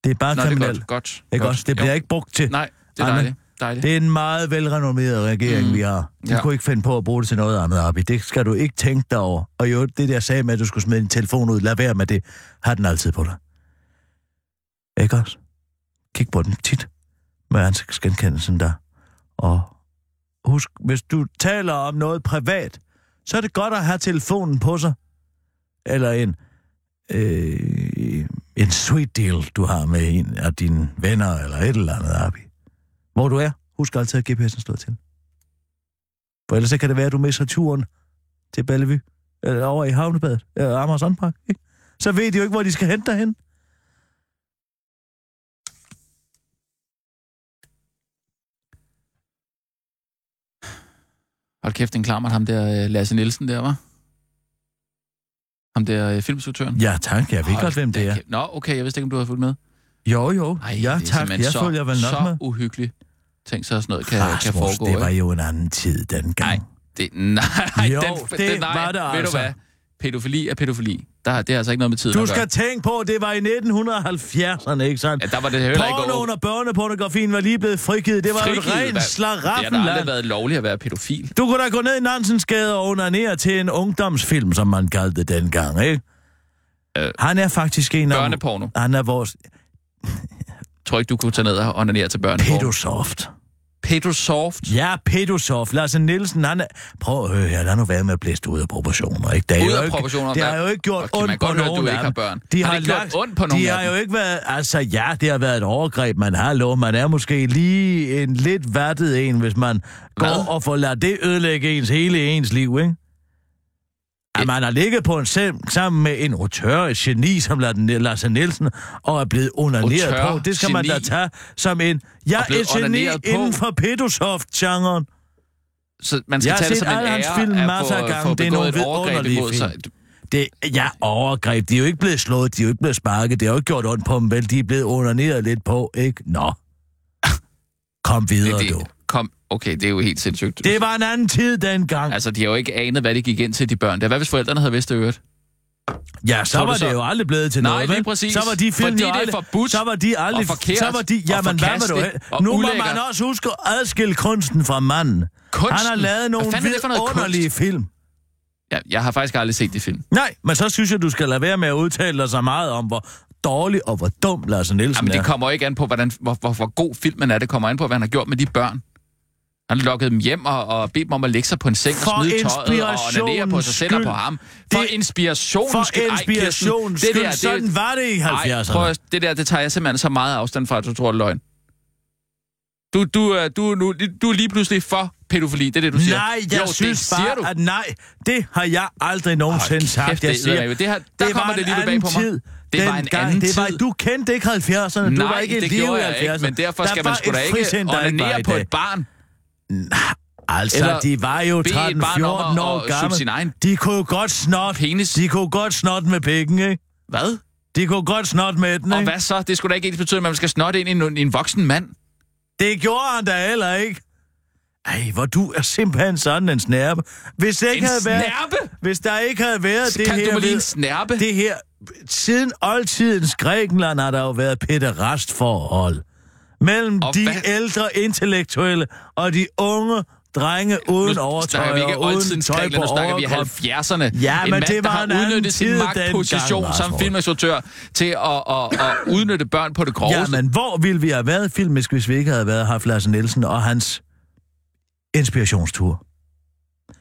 [SPEAKER 5] Det er bare
[SPEAKER 4] Nå, det er
[SPEAKER 5] kriminelle.
[SPEAKER 4] godt. godt.
[SPEAKER 5] Ikke
[SPEAKER 4] godt.
[SPEAKER 5] også? Det bliver
[SPEAKER 4] Jo.
[SPEAKER 5] ikke brugt til.
[SPEAKER 4] Nej, det er
[SPEAKER 5] Ej, men-
[SPEAKER 4] dejligt. dejligt.
[SPEAKER 5] Det er en meget velrenommeret regering,
[SPEAKER 4] Mm.
[SPEAKER 5] mm. vi har. Du
[SPEAKER 4] Ja.
[SPEAKER 5] ja. kunne ikke finde på at bruge det til noget andet, Abi. Det skal du ikke tænke dig over. Og jo, det der sag med, at du skulle smide din telefon ud, lad være med det. Har den altid på dig. Ikke også? Kig på den tit med ansigtsgenkendelsen der. Og husk, hvis du taler om noget privat, så er det godt at have telefonen på sig. Eller en, øh, en sweet deal, du har med en af dine venner eller et eller andet, Abi. Hvor du er, husk altid, at GPS'en står til. For ellers så kan det være, at du misser turen til Bellevue, eller over i Havnebadet, eller Amager Sandpark, ikke? Så ved de jo ikke, hvor de skal hente dig hen.
[SPEAKER 4] Hold kæft, den klammer ham der øh, Lasse Nielsen der, var. Ham der øh, filmstruktøren.
[SPEAKER 5] Ja, tak. Jeg ved
[SPEAKER 4] Hold
[SPEAKER 5] godt, hvem det
[SPEAKER 4] da
[SPEAKER 5] er.
[SPEAKER 4] kæft. Nå, okay, jeg vidste ikke, om du havde fulgt med.
[SPEAKER 5] Jo, jo.
[SPEAKER 4] Ej,
[SPEAKER 5] ja,
[SPEAKER 4] det er
[SPEAKER 5] tak.
[SPEAKER 4] simpelthen
[SPEAKER 5] Jeg
[SPEAKER 4] så,
[SPEAKER 5] følger vel
[SPEAKER 4] så
[SPEAKER 5] nok med.
[SPEAKER 4] uhyggeligt. Tænk så, at sådan noget kan, kan
[SPEAKER 5] Rasmus,
[SPEAKER 4] foregå.
[SPEAKER 5] det var
[SPEAKER 4] ikke?
[SPEAKER 5] jo en anden tid dengang.
[SPEAKER 4] Nej, det, nej,
[SPEAKER 5] Jo,
[SPEAKER 4] den,
[SPEAKER 5] det
[SPEAKER 4] den, nej,
[SPEAKER 5] var der
[SPEAKER 4] ved
[SPEAKER 5] altså.
[SPEAKER 4] du hvad? Pædofili er pædofili. Der, det er altså ikke noget med tiden
[SPEAKER 5] Du
[SPEAKER 4] at gøre.
[SPEAKER 5] skal tænke på, at det var i 1970'erne, ikke sandt?
[SPEAKER 4] Ja, der var det heller ikke
[SPEAKER 5] Pornoen og børnepornografien var lige blevet frigivet. Det var
[SPEAKER 4] Frigivet,
[SPEAKER 5] jo et
[SPEAKER 4] hvad?
[SPEAKER 5] rent
[SPEAKER 4] Det har da aldrig
[SPEAKER 5] slaraffenland.
[SPEAKER 4] været lovligt at være pædofil.
[SPEAKER 5] Du kunne da gå ned i Nansensgade og onanere til en ungdomsfilm, som man kaldte det dengang, ikke?
[SPEAKER 4] Øh,
[SPEAKER 5] Han er faktisk en af...
[SPEAKER 4] Børneporno.
[SPEAKER 5] Han er vores
[SPEAKER 4] Tror ikke, du kunne tage ned og onanere til børneporno.
[SPEAKER 5] pedosoft.
[SPEAKER 4] Pedosoft.
[SPEAKER 5] Ja, pedosoft. Lasse Nielsen, han er... Prøv at høre her, lad nu være med at blæse det ud af proportioner, ikke? Det er
[SPEAKER 4] Ud
[SPEAKER 5] jo
[SPEAKER 4] af
[SPEAKER 5] ikke,
[SPEAKER 4] proportioner,
[SPEAKER 5] Det
[SPEAKER 4] hvad?
[SPEAKER 5] har jo ikke gjort
[SPEAKER 4] Okay, man kan
[SPEAKER 5] ondt
[SPEAKER 4] godt
[SPEAKER 5] på
[SPEAKER 4] høre, at du
[SPEAKER 5] nogen af
[SPEAKER 4] ikke har
[SPEAKER 5] dem.
[SPEAKER 4] børn.
[SPEAKER 5] De
[SPEAKER 4] Har
[SPEAKER 5] har,
[SPEAKER 4] det gjort
[SPEAKER 5] lagt,
[SPEAKER 4] ondt på nogen
[SPEAKER 5] De
[SPEAKER 4] af
[SPEAKER 5] har
[SPEAKER 4] dem?
[SPEAKER 5] jo ikke været... Altså ja, det har været et overgreb, men hallo, man er måske lige en lidt vattet en, hvis man Hvad? går og får ladet det ødelægge ens hele ens liv, ikke? At man har ligget på en seng sammen med en autør, et geni, som Lasse Nielsen, og er blevet onaneret
[SPEAKER 4] Auteur,
[SPEAKER 5] på. Det skal man da
[SPEAKER 4] geni.
[SPEAKER 5] tage som en... Jeg
[SPEAKER 4] Og
[SPEAKER 5] er
[SPEAKER 4] blevet
[SPEAKER 5] et geni
[SPEAKER 4] onaneret på.
[SPEAKER 5] inden for pedosoft-genren.
[SPEAKER 4] Så man skal
[SPEAKER 5] Jeg har
[SPEAKER 4] tage det
[SPEAKER 5] set
[SPEAKER 4] som en
[SPEAKER 5] alle
[SPEAKER 4] ære
[SPEAKER 5] hans film
[SPEAKER 4] at
[SPEAKER 5] masser af
[SPEAKER 4] få-
[SPEAKER 5] gange.
[SPEAKER 4] få
[SPEAKER 5] Det er
[SPEAKER 4] begået
[SPEAKER 5] nogle
[SPEAKER 4] et overgreb
[SPEAKER 5] vidunderlige
[SPEAKER 4] imod sig.
[SPEAKER 5] Det, ja, overgreb. De er jo ikke blevet slået, de er jo ikke blevet sparket, det er jo ikke gjort ondt på dem, vel? De er blevet onaneret lidt på, ikke? Nå. Kom videre,
[SPEAKER 4] Det,
[SPEAKER 5] det, du.
[SPEAKER 4] det, kom, okay, det er jo helt sindssygt.
[SPEAKER 5] Det var en anden tid dengang.
[SPEAKER 4] [LAUGHS]
[SPEAKER 5] Altså,
[SPEAKER 4] Altså, de har jo ikke anet, hvad det gik ind til de børn. Der. Hvad hvis forældrene havde vidst det i øvrigt?
[SPEAKER 5] ja, så
[SPEAKER 4] tror du
[SPEAKER 5] var
[SPEAKER 4] så-
[SPEAKER 5] det jo aldrig blevet til
[SPEAKER 4] Nej,
[SPEAKER 5] noget,
[SPEAKER 4] lige
[SPEAKER 5] vel?
[SPEAKER 4] præcis.
[SPEAKER 5] Så var de film
[SPEAKER 4] Fordi
[SPEAKER 5] jo
[SPEAKER 4] det er
[SPEAKER 5] aldrig,
[SPEAKER 4] forbudt
[SPEAKER 5] så var de aldrig,
[SPEAKER 4] og forkert
[SPEAKER 5] så var de,
[SPEAKER 4] og
[SPEAKER 5] jamen, hvad var du
[SPEAKER 4] forkasteligt
[SPEAKER 5] hen?
[SPEAKER 4] og
[SPEAKER 5] Nu må man
[SPEAKER 4] ulækkert.
[SPEAKER 5] også huske at adskille kunsten fra manden.
[SPEAKER 4] Kunsten?
[SPEAKER 5] Han har lavet nogle
[SPEAKER 4] Hvad fanden er det for noget
[SPEAKER 5] vidunderlige film.
[SPEAKER 4] Ja, jeg har faktisk aldrig set de film.
[SPEAKER 5] Nej, men så synes jeg, du skal lade være med at udtale dig så meget om, hvor dårlig og hvor dum Lasse Nielsen
[SPEAKER 4] Jamen,
[SPEAKER 5] er.
[SPEAKER 4] det kommer ikke an på, hvordan, hvor, hvor, hvor god filmen er. Det kommer an på, hvad han har gjort med de børn. Han lukkede dem hjem og, og bedt dem om at lægge sig på en seng
[SPEAKER 5] For
[SPEAKER 4] og smide tøjet og onanere på sig
[SPEAKER 5] inspirationens
[SPEAKER 4] selv og på
[SPEAKER 5] skyld.
[SPEAKER 4] ham. For
[SPEAKER 5] Det-
[SPEAKER 4] inspirationens skyld. Ej,
[SPEAKER 5] For
[SPEAKER 4] Kirsten,
[SPEAKER 5] inspirationens
[SPEAKER 4] det
[SPEAKER 5] skyld.
[SPEAKER 4] der, det-
[SPEAKER 5] Sådan var det i
[SPEAKER 4] Ej, prøv
[SPEAKER 5] 70'erne.
[SPEAKER 4] at, det der, det tager jeg simpelthen så meget afstand fra, at du tror, det er løgn. Du, du, er- du, er nu, du er lige pludselig for pædofili, det er det, du siger.
[SPEAKER 5] Nej, jeg
[SPEAKER 4] jo, det
[SPEAKER 5] synes
[SPEAKER 4] siger
[SPEAKER 5] bare,
[SPEAKER 4] du.
[SPEAKER 5] at nej, det har jeg aldrig nogensinde
[SPEAKER 4] Hold
[SPEAKER 5] sagt.
[SPEAKER 4] kæft,
[SPEAKER 5] jeg
[SPEAKER 4] det er eddermame. Det her- der kommer det lige bag på mig. Det var en
[SPEAKER 5] dengang.
[SPEAKER 4] anden
[SPEAKER 5] det var,
[SPEAKER 4] tid.
[SPEAKER 5] Du kendte ikke 70'erne. du
[SPEAKER 4] Nej,
[SPEAKER 5] var ikke i
[SPEAKER 4] det
[SPEAKER 5] live
[SPEAKER 4] gjorde
[SPEAKER 5] i
[SPEAKER 4] jeg ikke,
[SPEAKER 5] 70'erne.
[SPEAKER 4] men derfor
[SPEAKER 5] Der
[SPEAKER 4] skal
[SPEAKER 5] var
[SPEAKER 4] man sgu da
[SPEAKER 5] et
[SPEAKER 4] ikke
[SPEAKER 5] frisind, der ikke var
[SPEAKER 4] onanere
[SPEAKER 5] i
[SPEAKER 4] på
[SPEAKER 5] dag.
[SPEAKER 4] et barn.
[SPEAKER 5] Altså,
[SPEAKER 4] Eller
[SPEAKER 5] de var jo 13-14
[SPEAKER 4] bede et barn om at- at
[SPEAKER 5] år
[SPEAKER 4] sutte
[SPEAKER 5] gamle.
[SPEAKER 4] sin egen
[SPEAKER 5] de kunne jo godt snotte.
[SPEAKER 4] penis.
[SPEAKER 5] De kunne godt snotte med pikken, ikke?
[SPEAKER 4] Hvad?
[SPEAKER 5] De kunne godt snotte med den,
[SPEAKER 4] Og
[SPEAKER 5] ikke?
[SPEAKER 4] hvad så? Det skulle da ikke ens betyde, at man skal snotte ind i en, i en voksen mand.
[SPEAKER 5] Det gjorde han da heller ikke. Ej, hvor du er simpelthen sådan en snærpe. Hvis, det ikke
[SPEAKER 4] En
[SPEAKER 5] havde været,
[SPEAKER 4] snærpe?
[SPEAKER 5] hvis der ikke havde været
[SPEAKER 4] Så
[SPEAKER 5] det
[SPEAKER 4] kan
[SPEAKER 5] her...
[SPEAKER 4] du mig lige en
[SPEAKER 5] ved-
[SPEAKER 4] snærpe?
[SPEAKER 5] Det her... Siden oldtidens Grækenland har der jo været pæderastforhold mellem
[SPEAKER 4] Og
[SPEAKER 5] de
[SPEAKER 4] hvad-
[SPEAKER 5] ældre intellektuelle og de unge drenge uden
[SPEAKER 4] nu
[SPEAKER 5] overtøj
[SPEAKER 4] snakker vi ikke
[SPEAKER 5] og uden
[SPEAKER 4] oldtidens
[SPEAKER 5] tøj på
[SPEAKER 4] Grækenland, nu snakker vi
[SPEAKER 5] overkrop.
[SPEAKER 4] 70'erne. en
[SPEAKER 5] Ja, men
[SPEAKER 4] mand,
[SPEAKER 5] det var
[SPEAKER 4] der
[SPEAKER 5] en
[SPEAKER 4] har
[SPEAKER 5] anden
[SPEAKER 4] udnyttet
[SPEAKER 5] tid
[SPEAKER 4] sin magtposition
[SPEAKER 5] dengang,
[SPEAKER 4] som
[SPEAKER 5] Rasmus.
[SPEAKER 4] filminstruktør til at, at, at udnytte børn på det groveste.
[SPEAKER 5] Jamen, hvor ville vi have været filmisk, hvis vi ikke havde været haft Lasse Nielsen og hans inspirationstur?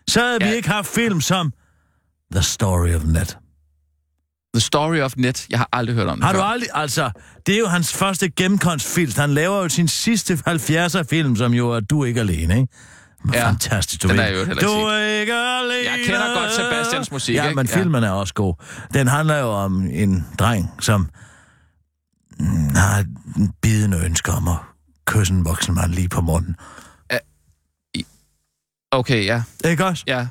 [SPEAKER 5] Så havde ja.
[SPEAKER 4] Ja.
[SPEAKER 5] vi ikke haft film som The Story of Ned.
[SPEAKER 4] The Story of Net. Jeg har aldrig hørt om det
[SPEAKER 5] Har du
[SPEAKER 4] før.
[SPEAKER 5] aldrig... Altså, det er jo hans første gennemkomstfilm. Han laver jo sin sidste 70'er-film, som jo er Du er ikke alene, ikke?
[SPEAKER 4] Ja.
[SPEAKER 5] Ja. Fantastisk, du
[SPEAKER 4] Den
[SPEAKER 5] ved.
[SPEAKER 4] har jeg i øvrigt heller
[SPEAKER 5] du
[SPEAKER 4] ikke
[SPEAKER 5] er ikke alene.
[SPEAKER 4] Jeg kender godt Sebastians musik,
[SPEAKER 5] Ja,
[SPEAKER 4] ikke?
[SPEAKER 5] men
[SPEAKER 4] Ja.
[SPEAKER 5] filmen er også god. Den handler jo om en dreng, som mm, har en bidende ønske om at kysse en voksen mand lige på munden.
[SPEAKER 4] Okay, ja.
[SPEAKER 5] Ikke også?
[SPEAKER 4] ja.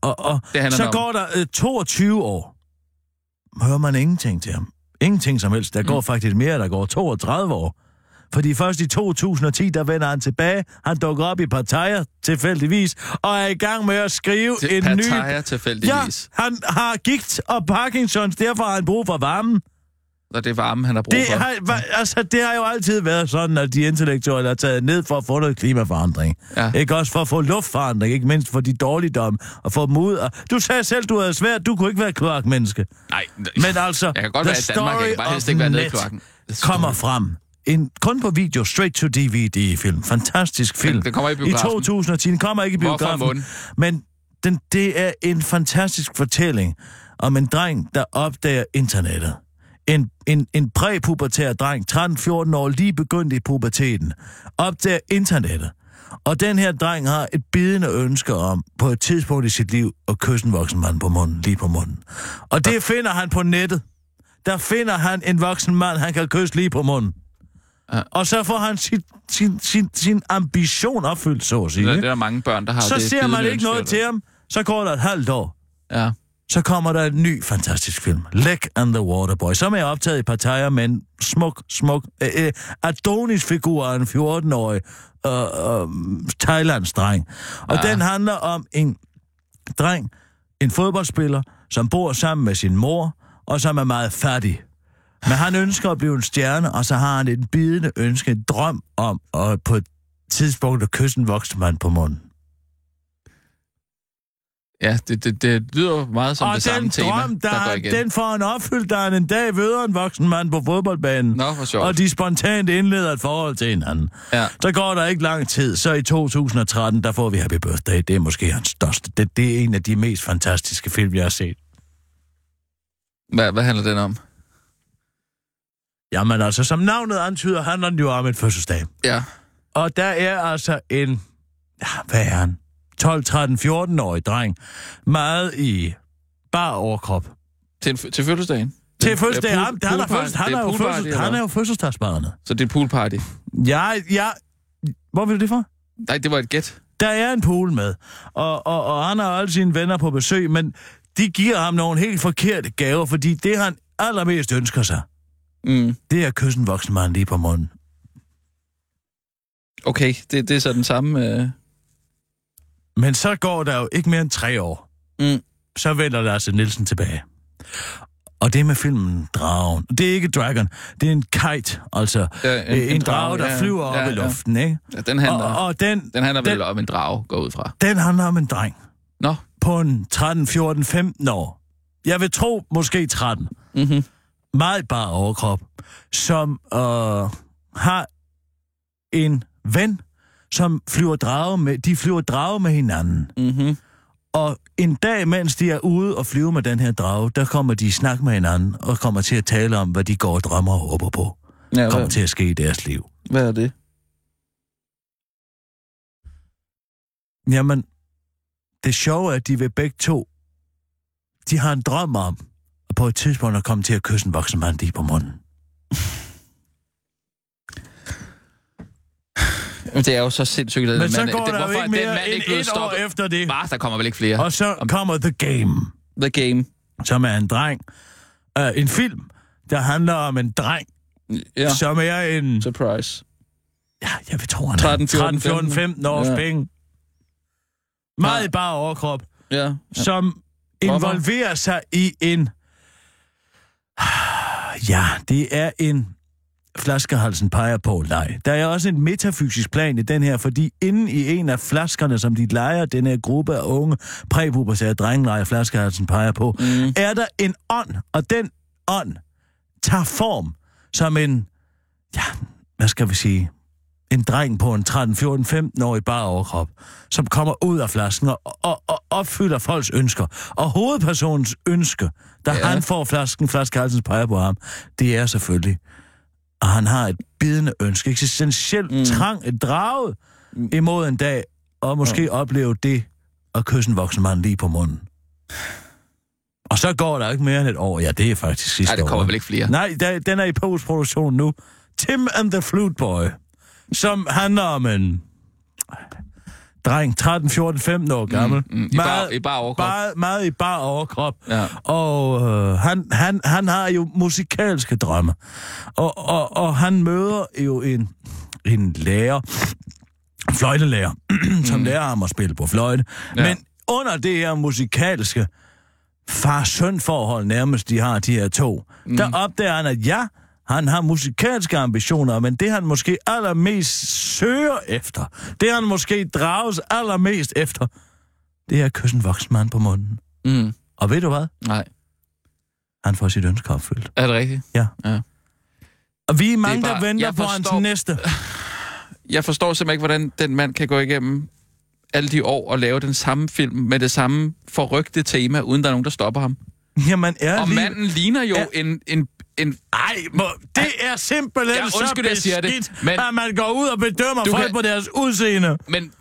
[SPEAKER 5] Og, og
[SPEAKER 4] Det handler
[SPEAKER 5] så
[SPEAKER 4] det om.
[SPEAKER 5] går der øh, 22 år. Hører man ingenting til ham. Ingenting som helst. Der går
[SPEAKER 4] Mm.
[SPEAKER 5] faktisk mere, der går 32 år. Fordi først i 2010, der vender han tilbage. Han dukker op i Pattaya tilfældigvis, og er i gang med at skrive
[SPEAKER 4] Til
[SPEAKER 5] en ny...
[SPEAKER 4] Pattaya tilfældigvis.
[SPEAKER 5] Ja, han har gigt og Parkinsons, derfor har han brug for varmen.
[SPEAKER 4] Og det er varme, han har brug
[SPEAKER 5] Det
[SPEAKER 4] for.
[SPEAKER 5] har, hva- altså, det har jo altid været sådan, at de intellektuelle er taget ned for at få noget klimaforandring.
[SPEAKER 4] Ja.
[SPEAKER 5] Ikke også for at få luftforandring, ikke mindst for de dårligdomme, og få dem ud. Og du sagde selv, du havde svært, du kunne ikke være kloak menneske.
[SPEAKER 4] Nej,
[SPEAKER 5] Men altså,
[SPEAKER 4] jeg kan godt
[SPEAKER 5] The
[SPEAKER 4] være i Danmark, jeg kan bare
[SPEAKER 5] Story
[SPEAKER 4] helst
[SPEAKER 5] of
[SPEAKER 4] ikke være nede i
[SPEAKER 5] Net
[SPEAKER 4] kloakken. The Story-
[SPEAKER 5] kommer frem. En, kun på video, straight to DVD film. Fantastisk film.
[SPEAKER 4] Den- den kommer i
[SPEAKER 5] I
[SPEAKER 4] biografen.
[SPEAKER 5] 2010, den kommer ikke i
[SPEAKER 4] Hvorfor
[SPEAKER 5] biografen.
[SPEAKER 4] mon?
[SPEAKER 5] Men den, det er en fantastisk fortælling om en dreng, der opdager internettet. En, en, en præpubertær dreng, 13-14 år, lige begyndt i puberteten, opdager internettet. Og den her dreng har et bidende ønske om, på et tidspunkt i sit liv, at kysse en voksen mand på munden, lige på munden. Og det finder han på nettet. Der finder han en voksen mand, han kan kysse lige på munden. Og så får han sin, sin, sin, sin ambition opfyldt, så at sige.
[SPEAKER 4] Det er
[SPEAKER 5] ikke?
[SPEAKER 4] der mange børn, der har
[SPEAKER 5] så
[SPEAKER 4] det.
[SPEAKER 5] ser man
[SPEAKER 4] bidende
[SPEAKER 5] ikke noget
[SPEAKER 4] ønske,
[SPEAKER 5] til ham. Så går der et halvt år.
[SPEAKER 4] eller- Ja.
[SPEAKER 5] Så kommer der en ny fantastisk film. Leck and the Waterboy, som er optaget i Pattaya, men smuk, smuk. Øh, øh, Adonis-figur af en 14-årig øh, øh, Thailands-dreng. Og ja. den handler om en dreng, en fodboldspiller, som bor sammen med sin mor, og som er meget fattig. Men han ønsker at blive en stjerne, og så har han et bidende ønske, en drøm om at på et tidspunkt at kysse en voksen mand på munden.
[SPEAKER 4] Ja, det, det, det lyder jo meget som
[SPEAKER 5] og
[SPEAKER 4] det samme
[SPEAKER 5] den drøm,
[SPEAKER 4] tema, der, går
[SPEAKER 5] der,
[SPEAKER 4] igen.
[SPEAKER 5] den får han opfyldt, da han en dag møder en voksen mand på fodboldbanen.
[SPEAKER 4] Nå, hvor sjovt.
[SPEAKER 5] og de spontant indleder et forhold til hinanden.
[SPEAKER 4] Ja.
[SPEAKER 5] Så går der ikke lang tid, så i 2013, der får vi Happy Birthday. Det er måske hans største. Det, det er en af de mest fantastiske film, jeg har set.
[SPEAKER 4] Hvad, hvad handler den om?
[SPEAKER 5] Jamen altså, som navnet antyder, handler den jo om et fødselsdag.
[SPEAKER 4] Ja.
[SPEAKER 5] Og der er altså en, ja, hvad er han? 12, 13, 14-årig dreng. Meget i bare overkrop.
[SPEAKER 4] Til, en f- til fødselsdagen?
[SPEAKER 5] Til fødselsdag,
[SPEAKER 4] pool-
[SPEAKER 5] han, han, er,
[SPEAKER 4] poolparty-
[SPEAKER 5] fødselsdag, han,
[SPEAKER 4] det er
[SPEAKER 5] er, jo
[SPEAKER 4] poolparty,
[SPEAKER 5] fødselsdag,
[SPEAKER 4] eller
[SPEAKER 5] han er
[SPEAKER 4] hvad?
[SPEAKER 5] jo fødselsdagsbarnet.
[SPEAKER 4] Så det er poolparty?
[SPEAKER 5] Jeg, jeg, hvor vil du det fra?
[SPEAKER 4] Nej, det var et gæt.
[SPEAKER 5] Der er en pool med, og, og, og han har alle sine venner på besøg, men de giver ham nogle helt forkerte gaver, fordi det, han allermest ønsker sig,
[SPEAKER 4] Mm.
[SPEAKER 5] det er at kysse en voksen mand lige på munden.
[SPEAKER 4] Okay, det, det er så den samme... Øh...
[SPEAKER 5] Men så går der jo ikke mere end tre år.
[SPEAKER 4] Mm.
[SPEAKER 5] Så vender Lars Nielsen tilbage. Og det er med filmen Dragen. Det er ikke Dragon, det er en kite, altså
[SPEAKER 4] Ja,
[SPEAKER 5] en, en, en drage, der
[SPEAKER 4] ja,
[SPEAKER 5] flyver op
[SPEAKER 4] ja,
[SPEAKER 5] i luften, ikke?
[SPEAKER 4] Ja, den handler,
[SPEAKER 5] Og, og den,
[SPEAKER 4] den handler vel
[SPEAKER 5] den-
[SPEAKER 4] om en drage, går ud fra.
[SPEAKER 5] den handler om en dreng
[SPEAKER 4] Nå,
[SPEAKER 5] på en 13, 14, 15 år. Jeg vil tro, måske 13.
[SPEAKER 4] mhm.
[SPEAKER 5] meget bare overkrop, som øh, har en ven, som flyver drage med, de flyver drage med hinanden.
[SPEAKER 4] Mhm.
[SPEAKER 5] Og en dag, mens de er ude og flyve med den her drage, der kommer de i snak med hinanden og kommer til at tale om, hvad de går og drømmer og håber på.
[SPEAKER 4] Ja,
[SPEAKER 5] Kommer
[SPEAKER 4] hvad,
[SPEAKER 5] til at ske i deres liv.
[SPEAKER 4] hvad er det?
[SPEAKER 5] Jamen, det sjove er, at de ved begge to, de har en drøm om, at på et tidspunkt at komme til at kysse en voksen mand lige på munden.
[SPEAKER 4] Jamen, Det er jo så sindssygt. at
[SPEAKER 5] Men
[SPEAKER 4] den
[SPEAKER 5] så
[SPEAKER 4] mand-
[SPEAKER 5] går
[SPEAKER 4] den,
[SPEAKER 5] der jo
[SPEAKER 4] hvorfor er
[SPEAKER 5] ikke
[SPEAKER 4] den
[SPEAKER 5] mere
[SPEAKER 4] mand
[SPEAKER 5] end
[SPEAKER 4] ikke blevet
[SPEAKER 5] et år
[SPEAKER 4] stoppet?
[SPEAKER 5] efter det.
[SPEAKER 4] Bare, der kommer vel ikke flere.
[SPEAKER 5] Og så kommer The Game.
[SPEAKER 4] The Game.
[SPEAKER 5] som er en dreng. Øh, en film, der handler om en dreng,
[SPEAKER 4] Ja,
[SPEAKER 5] ja. som er en...
[SPEAKER 4] Surprise.
[SPEAKER 5] Ja, jeg vil tro, han
[SPEAKER 4] 13,
[SPEAKER 5] 13,
[SPEAKER 4] 14,
[SPEAKER 5] 13 14, 15 års
[SPEAKER 4] Ja.
[SPEAKER 5] ja. penge. Meget
[SPEAKER 4] Ja.
[SPEAKER 5] ja. bare overkrop,
[SPEAKER 4] Ja.
[SPEAKER 5] ja. som
[SPEAKER 4] Drømmer.
[SPEAKER 5] involverer sig i en... Ja, det er en flaskehalsen peger på leg. Der er også en metafysisk plan i den her, fordi inden i en af flaskerne, som de leger, den her gruppe af unge præpubertære drenge leger flaskehalsen peger på,
[SPEAKER 4] Mm.
[SPEAKER 5] er der en ånd, og den ånd tager form som en, ja, hvad skal vi sige, en dreng på en 13, 14, 15-årig bare overkrop, som kommer ud af flasken og, og, og opfylder folks ønsker. Og hovedpersonens ønske, da
[SPEAKER 4] Ja.
[SPEAKER 5] ja. han får flasken, flaskehalsens peger på ham, det er selvfølgelig, og han har et bidende ønske, eksistentielt
[SPEAKER 4] Mm.
[SPEAKER 5] mm. trang, et drage imod en dag, og måske mm. opleve det at kysse en voksen mand lige på munden. Og så går der ikke mere end et år. Ja, det er faktisk sidste
[SPEAKER 4] Nej, der
[SPEAKER 5] år.
[SPEAKER 4] kommer vel ikke flere.
[SPEAKER 5] Nej, der, den er i postproduktion nu. Tim and the Flute Boy, som handler om en dreng, 13, 14, 15 år gammel.
[SPEAKER 4] Mm, mm. I bare- i bare overkrop.
[SPEAKER 5] Meget, meget i bare overkrop.
[SPEAKER 4] Ja.
[SPEAKER 5] Og øh, han, han, han har jo musikalske drømme. Og, og, og han møder jo en, en lærer, en fløjtelærer, [CLEARS THROAT] som lærer ham at spille på fløjte.
[SPEAKER 4] Ja.
[SPEAKER 5] Mm. Ja. Men under det her musikalske far-søn-forhold nærmest, de har, de her to, mm. der opdager han, at ja, han har musikalske ambitioner, men det han måske allermest søger efter, det han måske drages allermest efter, det er at kysse en voksen mand på munden.
[SPEAKER 4] Mm.
[SPEAKER 5] Og ved du hvad?
[SPEAKER 4] Nej.
[SPEAKER 5] Han får sit ønske opfyldt.
[SPEAKER 4] Er det rigtigt?
[SPEAKER 5] Og vi er mange,
[SPEAKER 4] Det er
[SPEAKER 5] bare,
[SPEAKER 4] bare-
[SPEAKER 5] der venter
[SPEAKER 4] jeg
[SPEAKER 5] på hans
[SPEAKER 4] forstår-
[SPEAKER 5] næste.
[SPEAKER 4] Jeg forstår simpelthen ikke, hvordan den mand kan gå igennem alle de år og lave den samme film med det samme forrygte tema, uden der er nogen, der stopper ham.
[SPEAKER 5] Jamen, er
[SPEAKER 4] Og
[SPEAKER 5] lige...
[SPEAKER 4] manden ligner jo
[SPEAKER 5] Ja.
[SPEAKER 4] en, en, en
[SPEAKER 5] Ej, må... det er simpelthen
[SPEAKER 4] Ja, undskyld,
[SPEAKER 5] så
[SPEAKER 4] jeg siger det,
[SPEAKER 5] beskidt,
[SPEAKER 4] men-
[SPEAKER 5] at man går ud og bedømmer
[SPEAKER 4] Du
[SPEAKER 5] folk
[SPEAKER 4] kan-
[SPEAKER 5] kan... på deres udseende.
[SPEAKER 4] Men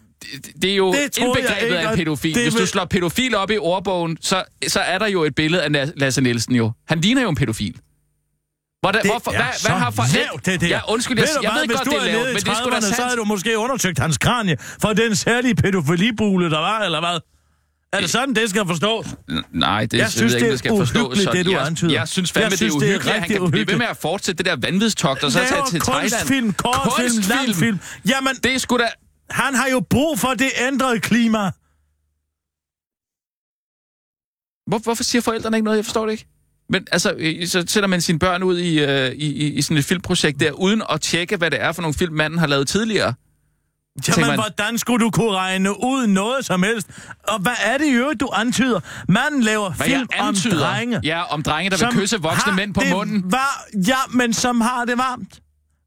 [SPEAKER 4] det, det er jo
[SPEAKER 5] Det
[SPEAKER 4] det
[SPEAKER 5] troede jeg
[SPEAKER 4] indbegrebet
[SPEAKER 5] ikke,
[SPEAKER 4] af en
[SPEAKER 5] og
[SPEAKER 4] pædofil.
[SPEAKER 5] det
[SPEAKER 4] Hvis du
[SPEAKER 5] vil-
[SPEAKER 4] slår pædofil op i ordbogen, så, så er der jo et billede af Na- Lasse Nielsen jo. Han ligner jo en pædofil. Hvordan,
[SPEAKER 5] Det
[SPEAKER 4] hvorfor,
[SPEAKER 5] er
[SPEAKER 4] hvad,
[SPEAKER 5] så
[SPEAKER 4] hvad har for...
[SPEAKER 5] lavt, det der.
[SPEAKER 4] Ja, undskyld, jeg,
[SPEAKER 5] du
[SPEAKER 4] jeg
[SPEAKER 5] hvad,
[SPEAKER 4] ved godt,
[SPEAKER 5] hvis
[SPEAKER 4] det er
[SPEAKER 5] du
[SPEAKER 4] lavt, men det skulle da
[SPEAKER 5] sandt. så havde
[SPEAKER 4] sandt.
[SPEAKER 5] du måske undersøgt hans kranje for den særlige pædofilibule, der var, eller hvad? Er det sådan, det skal forstås?
[SPEAKER 4] N- Nej, det
[SPEAKER 5] Jeg
[SPEAKER 4] jeg
[SPEAKER 5] synes,
[SPEAKER 4] synes, jeg ved ikke,
[SPEAKER 5] det
[SPEAKER 4] det
[SPEAKER 5] er
[SPEAKER 4] skal forstå.
[SPEAKER 5] uhyggeligt, det du
[SPEAKER 4] jeg,
[SPEAKER 5] antyder.
[SPEAKER 4] Jeg synes fandme,
[SPEAKER 5] Jeg synes,
[SPEAKER 4] det er
[SPEAKER 5] det er
[SPEAKER 4] uhyggeligt, at han
[SPEAKER 5] rigtig
[SPEAKER 4] kan blive ved med
[SPEAKER 5] uhyggeligt.
[SPEAKER 4] at fortsætte det der vanvidstogt, og så tage
[SPEAKER 5] Laver
[SPEAKER 4] til Thailand.
[SPEAKER 5] kunstfilm, kortfilm, langfilm. Jamen,
[SPEAKER 4] Det er sgu da...
[SPEAKER 5] han har jo brug for det ændrede klima.
[SPEAKER 4] Hvor, hvorfor siger forældrene ikke noget? Jeg forstår det ikke. Men altså, øh, så sender man sine børn ud i, øh, i, i, i sådan et filmprojekt der, uden at tjekke, hvad det er for nogle film, manden har lavet tidligere.
[SPEAKER 5] Jamen,
[SPEAKER 4] tænker
[SPEAKER 5] man...
[SPEAKER 4] man-
[SPEAKER 5] hvordan skulle du kunne regne ud noget som helst? Og hvad er det i øvrigt, du antyder? Manden laver
[SPEAKER 4] Hvad
[SPEAKER 5] film
[SPEAKER 4] jeg antyder,
[SPEAKER 5] om drenge.
[SPEAKER 4] Ja, om drenge, der vil kysse voksne
[SPEAKER 5] har
[SPEAKER 4] mænd på
[SPEAKER 5] det
[SPEAKER 4] munden.
[SPEAKER 5] Var, ja, men som har det varmt.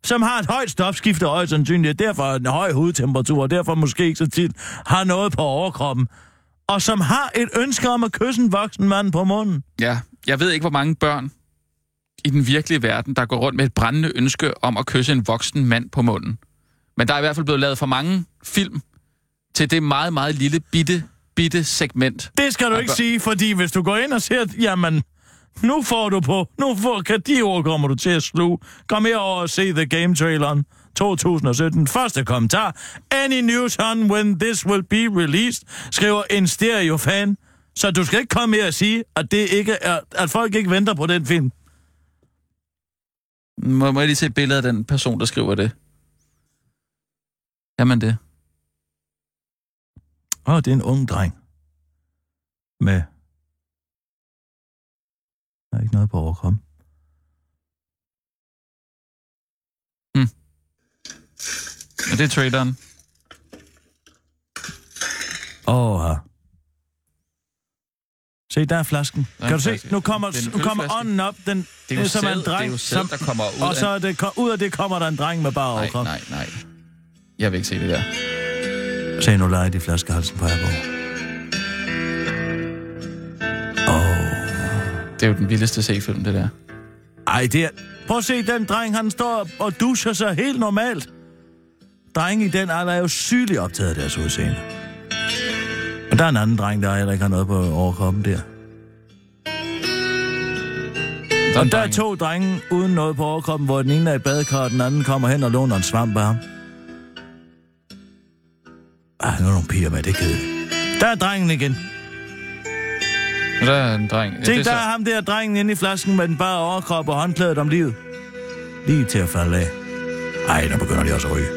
[SPEAKER 5] Som har et højt stofskifte højst sandsynligt, derfor en høj hudtemperatur, og derfor måske ikke så tit har noget på overkroppen. Og som har et ønske om at kysse en voksen mand på munden.
[SPEAKER 4] Ja, jeg ved ikke, hvor mange børn i den virkelige verden, der går rundt med et brændende ønske om at kysse en voksen mand på munden. Men der er i hvert fald blevet lavet for mange film til det meget, meget lille, bitte, bitte segment.
[SPEAKER 5] Det skal du
[SPEAKER 4] Og
[SPEAKER 5] ikke
[SPEAKER 4] bør-
[SPEAKER 5] sige, fordi hvis du går ind og siger, jamen, nu får du på, nu får, kan de ord kommer du til at sluge. Kom herover og se The Game Traileren 2017. Første kommentar. Any news on when this will be released, skriver en stereo-fan. Så du skal ikke komme her og sige, at, det ikke er, at folk ikke venter på den film.
[SPEAKER 4] Må, må jeg lige se et billede af den person, der skriver det? Jamen det.
[SPEAKER 5] Åh, oh, det er en ung dreng. Med... Der er ikke noget på overkom.
[SPEAKER 4] Og det er traileren.
[SPEAKER 5] Åh, oh, Se, der er flasken.
[SPEAKER 4] er
[SPEAKER 5] kan du
[SPEAKER 4] en
[SPEAKER 5] se?
[SPEAKER 4] flaske.
[SPEAKER 5] Nu kommer,
[SPEAKER 4] Det er en
[SPEAKER 5] nu kommer
[SPEAKER 4] ølflaske.
[SPEAKER 5] ånden op. Den,
[SPEAKER 4] Det er jo sæd, det er jo sæd, der kommer ud
[SPEAKER 5] og
[SPEAKER 4] af-
[SPEAKER 5] så er det, ko- ud af det kommer der en dreng med bare
[SPEAKER 4] Nej,
[SPEAKER 5] overkrop.
[SPEAKER 4] nej, nej. Jeg vil ikke se det der.
[SPEAKER 5] Se, nu leger de flaskehalsen på Herborg. Åh.
[SPEAKER 4] Det er jo den vildeste C-film, det der.
[SPEAKER 5] Ej, det er... Prøv at se, den dreng, han står og duscher sig helt normalt. Drenge i den alder er jo sygeligt optaget af deres udseende. Og der er en anden dreng, der heller ikke har noget på overkroppen der.
[SPEAKER 4] Der
[SPEAKER 5] Og der er
[SPEAKER 4] drenge.
[SPEAKER 5] to drenge uden noget på overkroppen, hvor den ene er i badekar, og den anden kommer hen og låner en svamp af ham. Ah, nu er nogle piger med, det er kedeligt. Der er drengen igen.
[SPEAKER 4] Og Der er en dreng. Ja, det er
[SPEAKER 5] Tænk, der er
[SPEAKER 4] så.
[SPEAKER 5] ham der drengen inde i flasken med den bare overkrop og håndklædet om livet. Lige til at falde af. Ej, nu begynder de også at ryge.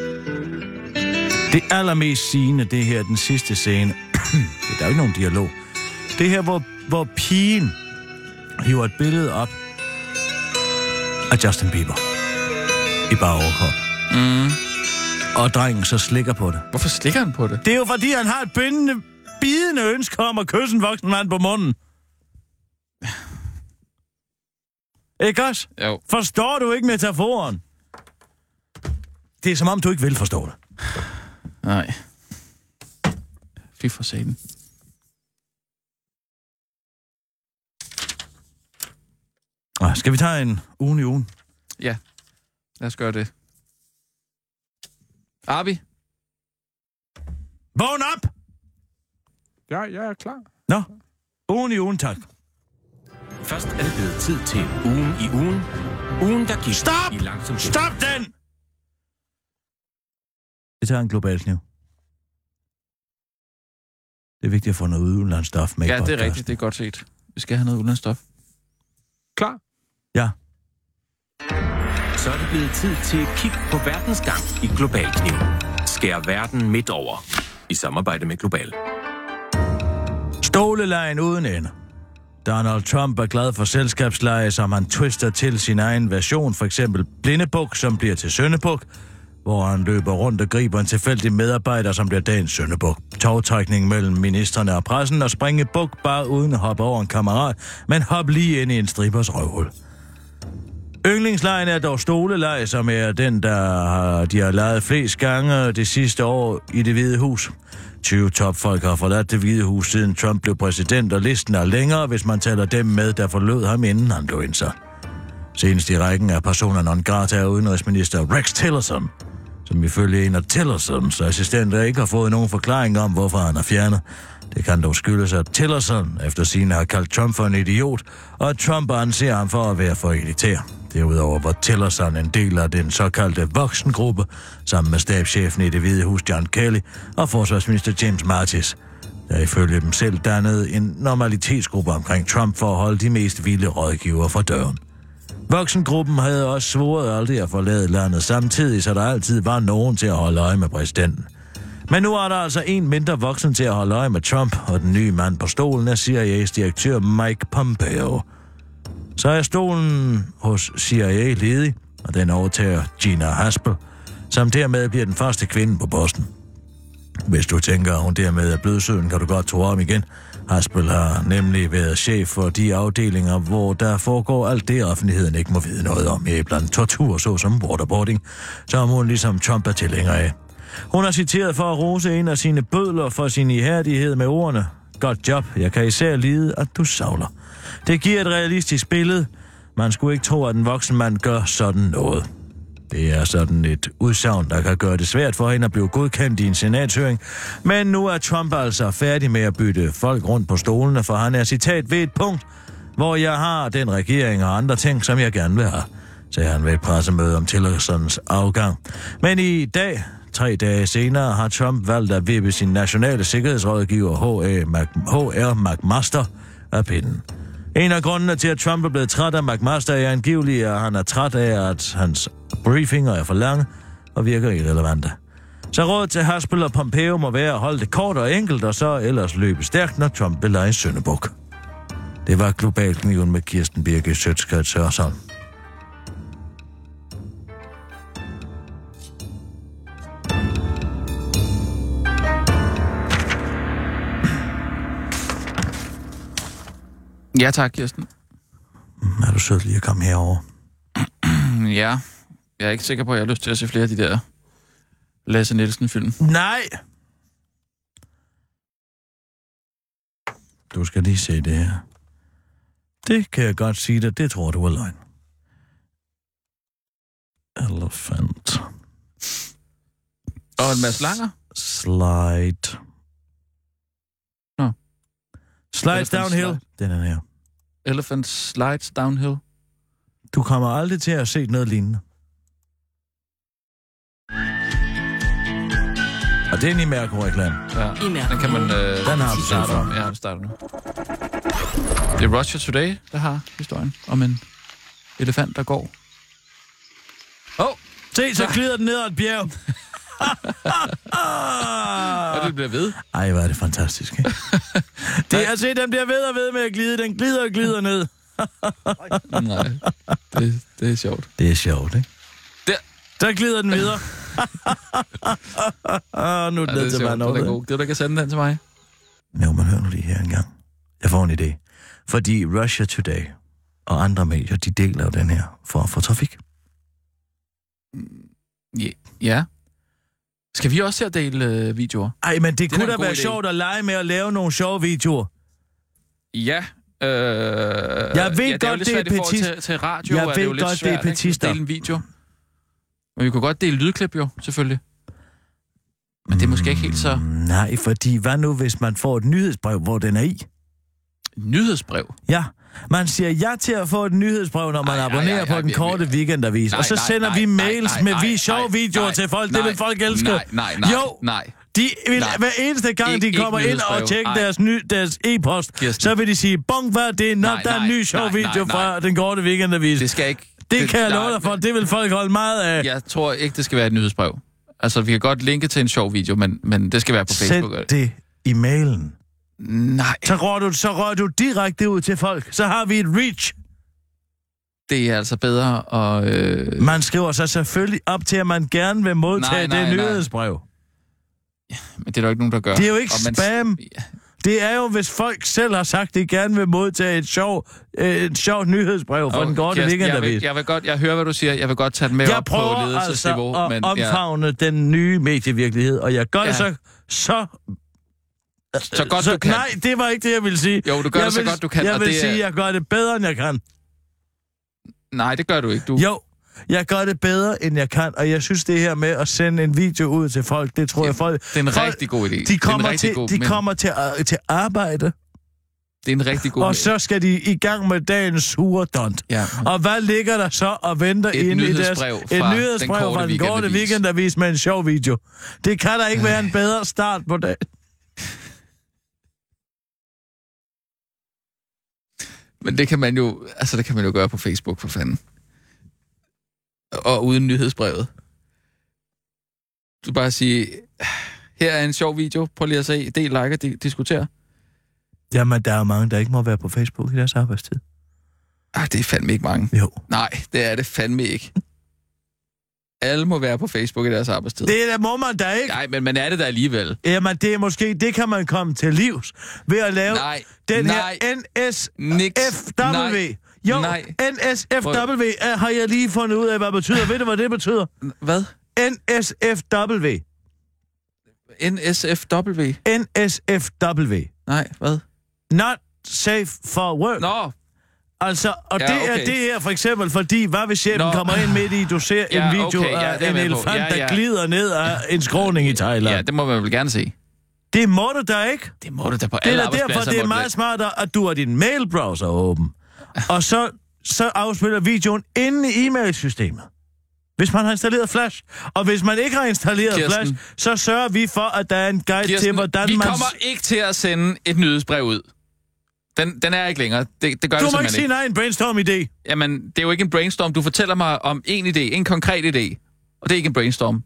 [SPEAKER 5] Det allermest sigende, det her, den sidste scene. [CLEARS THROAT] der er jo ikke nogen dialog. Det her, hvor, hvor pigen hiver et billede op af Justin Bieber. I bare overkrop. Mm. Og drengen så slikker på det.
[SPEAKER 4] Hvorfor slikker han på det?
[SPEAKER 5] Det er jo fordi, han har et bindende, bidende ønske om at kysse en voksen mand på munden. Ikke også?
[SPEAKER 4] Jo.
[SPEAKER 5] Forstår du ikke metaforen? Det er som om, du ikke vil forstå det.
[SPEAKER 4] Nej. Fy for satan.
[SPEAKER 5] Nå, Skal vi tage en ugen i ugen?
[SPEAKER 4] Ja. Lad os gøre det. Arbi?
[SPEAKER 5] Vågn op!
[SPEAKER 1] Ja, jeg er klar.
[SPEAKER 5] Nå, ugen i ugen, tak.
[SPEAKER 6] Først er det blevet tid til ugen i ugen. Ugen, der gik
[SPEAKER 5] Stop!
[SPEAKER 6] i langsom tempo.
[SPEAKER 5] Stop den! Vi tager en global kniv. Det er vigtigt at få noget udenlandsstof med i
[SPEAKER 4] Ja, det er
[SPEAKER 5] podcasten.
[SPEAKER 4] rigtigt. Det er godt set. Vi skal have noget udenlandsstof.
[SPEAKER 1] Klar.
[SPEAKER 5] Ja.
[SPEAKER 6] Så er det blevet tid til et kig på verdensgang i Global Kniv. Skær verden midt over. I samarbejde med Global.
[SPEAKER 5] Stolelejen uden ende. Donald Trump er glad for selskabsleje, som han twister til sin egen version, for eksempel blindebuk, som bliver til søndebuk, hvor han løber rundt og griber en tilfældig medarbejder, som bliver dagens søndebuk. Togtrækning mellem ministerne og pressen og springe buk bare uden at hoppe over en kammerat, men hop lige ind i en strippers røvhul. Yndlingslejen er dog stoleleje, som er den, der har, de har lejet flest gange det sidste år i det hvide hus. 20 topfolk har forladt det hvide hus, siden Trump blev præsident, og listen er længere, hvis man tæller dem med, der forlod ham, inden han blev indsat. Senest i rækken er personer non grata af udenrigsminister Rex Tillerson, som ifølge en af Tillersons assistenter ikke har fået nogen forklaring om, hvorfor han er fjernet. Det kan dog skyldes, at Tillerson efter sine har kaldt Trump for en idiot, og at Trump anser ham for at være for elitær. Derudover var Tillerson en del af den såkaldte voksengruppe, sammen med stabschefen i det hvide hus John Kelly og forsvarsminister James Mattis, der ifølge dem selv dannede en normalitetsgruppe omkring Trump for at holde de mest vilde rådgiver fra døren. Voksengruppen havde også svoret aldrig at forlade landet samtidig, så der altid var nogen til at holde øje med præsidenten. Men nu er der altså en mindre voksen til at holde øje med Trump, og den nye mand på stolen er CIA's direktør Mike Pompeo. Så er stolen hos CIA ledig, og den overtager Gina Haspel, som dermed bliver den første kvinde på posten. Hvis du tænker, at hun dermed er blødsøden, kan du godt tro om igen. Haspel har nemlig været chef for de afdelinger, hvor der foregår alt det, offentligheden ikke må vide noget om, heriblandt tortur, såsom waterboarding, som hun ligesom Trump er tilhænger af. Hun er citeret for at rose en af sine bødler for sin ihærdighed med ordene. Godt job, jeg kan især lide, at du savler. Det giver et realistisk billede. Man skulle ikke tro, at en voksen mand gør sådan noget. Det er sådan et udsagn, der kan gøre det svært for hende at blive godkendt i en senatshøring. Men nu er Trump altså færdig med at bytte folk rundt på stolene, for han er citat ved et punkt, hvor jeg har den regering og andre ting, som jeg gerne vil have, sagde han ved et pressemøde om Tillersons afgang. Men i dag, tre dage senere, har Trump valgt at vippe sin nationale sikkerhedsrådgiver H.A. Mac- H.R. McMaster af pinden. En af grundene til, at Trump er blevet træt af McMaster, er angiveligt, at han er træt af, at hans briefinger er for lange og virker irrelevante. Så rådet til Haspel og Pompeo må være at holde det kort og enkelt, og så ellers løbe stærkt, når Trump vil lege Søndebuk. Det var globalkniven med Kirsten Birke Sjøtskrets Sørsholm.
[SPEAKER 4] Ja tak, Kirsten.
[SPEAKER 5] Er du sød lige at komme herover?
[SPEAKER 4] Mm, Ja, jeg er ikke sikker på, at jeg har lyst til at se flere af de der Lasse Nielsen-film.
[SPEAKER 5] Nej! Du skal lige se det her. Det kan jeg godt sige dig, det tror du er løgn. Elephant
[SPEAKER 4] Og en masse langer.
[SPEAKER 5] slide.
[SPEAKER 4] Nå.
[SPEAKER 5] Slides
[SPEAKER 4] Elephant
[SPEAKER 5] downhill.
[SPEAKER 4] slide.
[SPEAKER 5] Den er den her.
[SPEAKER 4] Elephant Slides Downhill.
[SPEAKER 5] Du kommer aldrig til at se noget lignende. Og det er en i Merkur-reklame.
[SPEAKER 4] Ja.
[SPEAKER 7] I mærker.
[SPEAKER 4] Den kan man... Øh,
[SPEAKER 5] Den har du set
[SPEAKER 4] starte
[SPEAKER 5] før.
[SPEAKER 4] om. Ja, den starter nu. Det er Russia Today, der har historien om en elefant, der går. Åh,
[SPEAKER 5] Se, så glider den ned ad et bjerg.
[SPEAKER 4] oh, og det bliver ved.
[SPEAKER 5] Ej, hvor er det fantastisk,
[SPEAKER 4] [LAUGHS]
[SPEAKER 5] ikke? det, altså, den bliver ved og ved med at glide. Den glider og glider ned.
[SPEAKER 4] Nej, det, det er sjovt.
[SPEAKER 5] Det er sjovt, ikke?
[SPEAKER 4] Der.
[SPEAKER 5] Der glider den
[SPEAKER 4] [LAUGHS]
[SPEAKER 5] videre. Og nu er
[SPEAKER 4] Ja, det
[SPEAKER 5] den ned
[SPEAKER 4] er
[SPEAKER 5] til
[SPEAKER 4] sjovt. Den er
[SPEAKER 5] vandet.
[SPEAKER 4] god. Det er, der kan sende den til mig.
[SPEAKER 5] Nå, man hører nu lige her engang. Jeg får en idé. Fordi Russia Today og andre medier, de deler jo den her for at få trafik.
[SPEAKER 4] Ja. Skal vi også se at dele øh, videoer?
[SPEAKER 5] Ej, men det, det
[SPEAKER 4] er
[SPEAKER 5] kunne
[SPEAKER 4] da
[SPEAKER 5] da
[SPEAKER 4] en
[SPEAKER 5] være
[SPEAKER 4] god idé.
[SPEAKER 5] sjovt at lege med at lave nogle sjove videoer.
[SPEAKER 4] Ja. Øh, jeg ved
[SPEAKER 5] Jeg ved godt, det er
[SPEAKER 4] petit.
[SPEAKER 5] petist.
[SPEAKER 4] Til, til radio
[SPEAKER 5] Jeg
[SPEAKER 4] er det
[SPEAKER 5] ved
[SPEAKER 4] jo lidt
[SPEAKER 5] godt, det er
[SPEAKER 4] svært ikke, at
[SPEAKER 5] petister.
[SPEAKER 4] dele en video. Men vi kunne godt dele lydklip jo, selvfølgelig. Men det er måske ikke helt så
[SPEAKER 5] Mm, Nej, fordi hvad nu, hvis man får et nyhedsbrev, hvor den er i?
[SPEAKER 4] nyhedsbrev.
[SPEAKER 5] Ja, man siger ja til at få et nyhedsbrev, når man
[SPEAKER 4] Ej,
[SPEAKER 5] ej,
[SPEAKER 4] ej,
[SPEAKER 5] abonnerer
[SPEAKER 4] ej,
[SPEAKER 5] på
[SPEAKER 4] ej,
[SPEAKER 5] den
[SPEAKER 4] vi-
[SPEAKER 5] korte
[SPEAKER 4] vi-
[SPEAKER 5] weekendavis. og så sender vi mails med vi sjove videoer
[SPEAKER 4] nej,
[SPEAKER 5] til folk.
[SPEAKER 4] nej,
[SPEAKER 5] det vil folk elske.
[SPEAKER 4] Nej, nej, nej.
[SPEAKER 5] Jo,
[SPEAKER 4] Nej.
[SPEAKER 5] de vil,
[SPEAKER 4] nej.
[SPEAKER 5] hver eneste gang,
[SPEAKER 4] Ikke-
[SPEAKER 5] de kommer
[SPEAKER 4] ikke
[SPEAKER 5] ind og
[SPEAKER 4] nyhedsbreve.
[SPEAKER 5] tjekker
[SPEAKER 4] Ej.
[SPEAKER 5] deres, ny, deres e-post,
[SPEAKER 4] Kirsten.
[SPEAKER 5] så vil de sige, bong, hvad er det? Nå,
[SPEAKER 4] Nej,
[SPEAKER 5] der er en
[SPEAKER 4] nej,
[SPEAKER 5] ny sjov
[SPEAKER 4] nej, nej,
[SPEAKER 5] video
[SPEAKER 4] nej.
[SPEAKER 5] fra den korte weekendavis.
[SPEAKER 4] Det
[SPEAKER 5] Det,
[SPEAKER 4] skal ikke...
[SPEAKER 5] det kan jeg
[SPEAKER 4] nej,
[SPEAKER 5] love dig for, det vil folk holde meget af.
[SPEAKER 4] Jeg tror ikke, det skal være et nyhedsbrev. Altså, vi kan godt linke til en sjov video, men, men det skal være på Facebook.
[SPEAKER 5] Send det i mailen.
[SPEAKER 4] Nej,
[SPEAKER 5] Så rører, du, så rører du direkte ud til folk. Så har vi et reach.
[SPEAKER 4] det er altså bedre at... Øh...
[SPEAKER 5] Man skriver sig selvfølgelig op til, at man gerne vil
[SPEAKER 4] Nej,
[SPEAKER 5] modtage
[SPEAKER 4] nej,
[SPEAKER 5] det
[SPEAKER 4] nej.
[SPEAKER 5] nyhedsbrev.
[SPEAKER 4] Men det er der jo ikke nogen, der gør.
[SPEAKER 5] Det er jo ikke
[SPEAKER 4] Og
[SPEAKER 5] spam.
[SPEAKER 4] Ja,
[SPEAKER 5] Det er jo, hvis folk selv har sagt, at de gerne vil modtage et sjovt øh, et sjovt nyhedsbrev fra
[SPEAKER 4] og
[SPEAKER 5] den korte
[SPEAKER 4] Kirsten, jeg,
[SPEAKER 5] weekendavis.
[SPEAKER 4] vil, jeg vil godt, jeg hører, hvad du siger. Jeg vil godt tage den med
[SPEAKER 5] Jeg
[SPEAKER 4] op på
[SPEAKER 5] prøver altså
[SPEAKER 4] ledelsesniveau.
[SPEAKER 5] at
[SPEAKER 4] men,
[SPEAKER 5] omfavne den nye medievirkelighed, og jeg gør det
[SPEAKER 4] Ja.
[SPEAKER 5] så, så,
[SPEAKER 4] så godt
[SPEAKER 5] så
[SPEAKER 4] du kan.
[SPEAKER 5] Nej, det var ikke det, jeg ville sige.
[SPEAKER 4] Jo, du gør
[SPEAKER 5] jeg
[SPEAKER 4] det så
[SPEAKER 5] vil,
[SPEAKER 4] godt, du kan,
[SPEAKER 5] Jeg
[SPEAKER 4] og
[SPEAKER 5] vil
[SPEAKER 4] det er-
[SPEAKER 5] sige, at jeg gør det bedre, end jeg kan.
[SPEAKER 4] Nej, det gør du ikke. Du,
[SPEAKER 5] Jo, jeg gør det bedre, end jeg kan, og jeg synes, det her med at sende en video ud til folk, det tror jeg, folk...
[SPEAKER 4] det er en
[SPEAKER 5] folk,
[SPEAKER 4] rigtig god idé. Det er
[SPEAKER 5] De
[SPEAKER 4] en
[SPEAKER 5] kommer,
[SPEAKER 4] rigtig
[SPEAKER 5] til,
[SPEAKER 4] god-
[SPEAKER 5] de
[SPEAKER 4] men-
[SPEAKER 5] kommer til, øh, til arbejde,
[SPEAKER 4] Det er en rigtig god
[SPEAKER 5] og så skal de i gang med dagens surdont.
[SPEAKER 4] Ja.
[SPEAKER 5] Og hvad ligger der så og venter
[SPEAKER 4] Et
[SPEAKER 5] inde i deres...
[SPEAKER 4] nyhedsbrev
[SPEAKER 5] et
[SPEAKER 4] fra Den
[SPEAKER 5] nyhedsbrev
[SPEAKER 4] Korte
[SPEAKER 5] fra den korte
[SPEAKER 4] Weekendavis.
[SPEAKER 5] weekendavis med en sjov video. Det kan der ikke være en bedre start på dagen.
[SPEAKER 4] Men det kan man jo, altså det kan man jo gøre på Facebook for fanden. Og uden nyhedsbrevet. Du bare sige, her er en sjov video, prøv lige at se, del, like og di- diskuter.
[SPEAKER 5] Jamen, der er jo mange, der ikke må være på Facebook i deres arbejdstid.
[SPEAKER 4] Ah, det er fandme ikke mange.
[SPEAKER 5] Jo.
[SPEAKER 4] Nej, det er det fandme ikke. Alle må være på Facebook i deres arbejdstid. Det...
[SPEAKER 5] Det der må man da ikke.
[SPEAKER 4] Nej, men man er det da alligevel.
[SPEAKER 5] Jamen, det er måske, det kan man komme til livs ved at lave
[SPEAKER 4] Nej,
[SPEAKER 5] den
[SPEAKER 4] nej,
[SPEAKER 5] her
[SPEAKER 4] niks,
[SPEAKER 5] NSFW.
[SPEAKER 4] nej,
[SPEAKER 5] jo,
[SPEAKER 4] nej.
[SPEAKER 5] NSFW er, har jeg lige fundet ud af, hvad det betyder. Ved du, hvad det betyder?
[SPEAKER 4] Hvad?
[SPEAKER 5] NSFW.
[SPEAKER 4] NSFW?
[SPEAKER 5] NSFW.
[SPEAKER 4] Nej, hvad?
[SPEAKER 5] Not safe for work.
[SPEAKER 4] Nå,
[SPEAKER 5] Altså, og
[SPEAKER 4] Ja,
[SPEAKER 5] ja, det
[SPEAKER 4] okay.
[SPEAKER 5] er det her for eksempel, fordi hvad hvis chefen
[SPEAKER 4] Nå.
[SPEAKER 5] kommer ind midt i, du ser
[SPEAKER 4] Ja,
[SPEAKER 5] en video
[SPEAKER 4] okay, ja, det
[SPEAKER 5] af
[SPEAKER 4] er
[SPEAKER 5] en
[SPEAKER 4] jeg med på.
[SPEAKER 5] elefant,
[SPEAKER 4] Ja, ja.
[SPEAKER 5] der glider ned af en skråning i Thailand.
[SPEAKER 4] ja,
[SPEAKER 5] Ja.
[SPEAKER 4] det må man vel gerne se.
[SPEAKER 5] Det må du da ikke.
[SPEAKER 4] Det må du da på
[SPEAKER 5] Det
[SPEAKER 4] alle
[SPEAKER 5] er da derfor,
[SPEAKER 4] arbejdspladser,
[SPEAKER 5] det er
[SPEAKER 4] må du
[SPEAKER 5] meget smart, at du har din mailbrowser åben. Og så, så afspiller videoen inde i e-mailsystemet. Hvis man har installeret Flash. Og hvis man ikke har installeret
[SPEAKER 4] Kirsten.
[SPEAKER 5] Kirsten. Flash, da. så sørger vi for, at der er en guide Kirsten, til, hvordan
[SPEAKER 4] vi
[SPEAKER 5] man...
[SPEAKER 4] kommer ikke til at sende et nyhedsbrev ud. Den, den er ikke længere. Det, det gør
[SPEAKER 5] du
[SPEAKER 4] vi
[SPEAKER 5] må ikke
[SPEAKER 4] simpelthen
[SPEAKER 5] sige nej, en brainstorm-idé.
[SPEAKER 4] Jamen, det er jo ikke en brainstorm. Du fortæller mig om en idé, en konkret idé. Og det er ikke en brainstorm.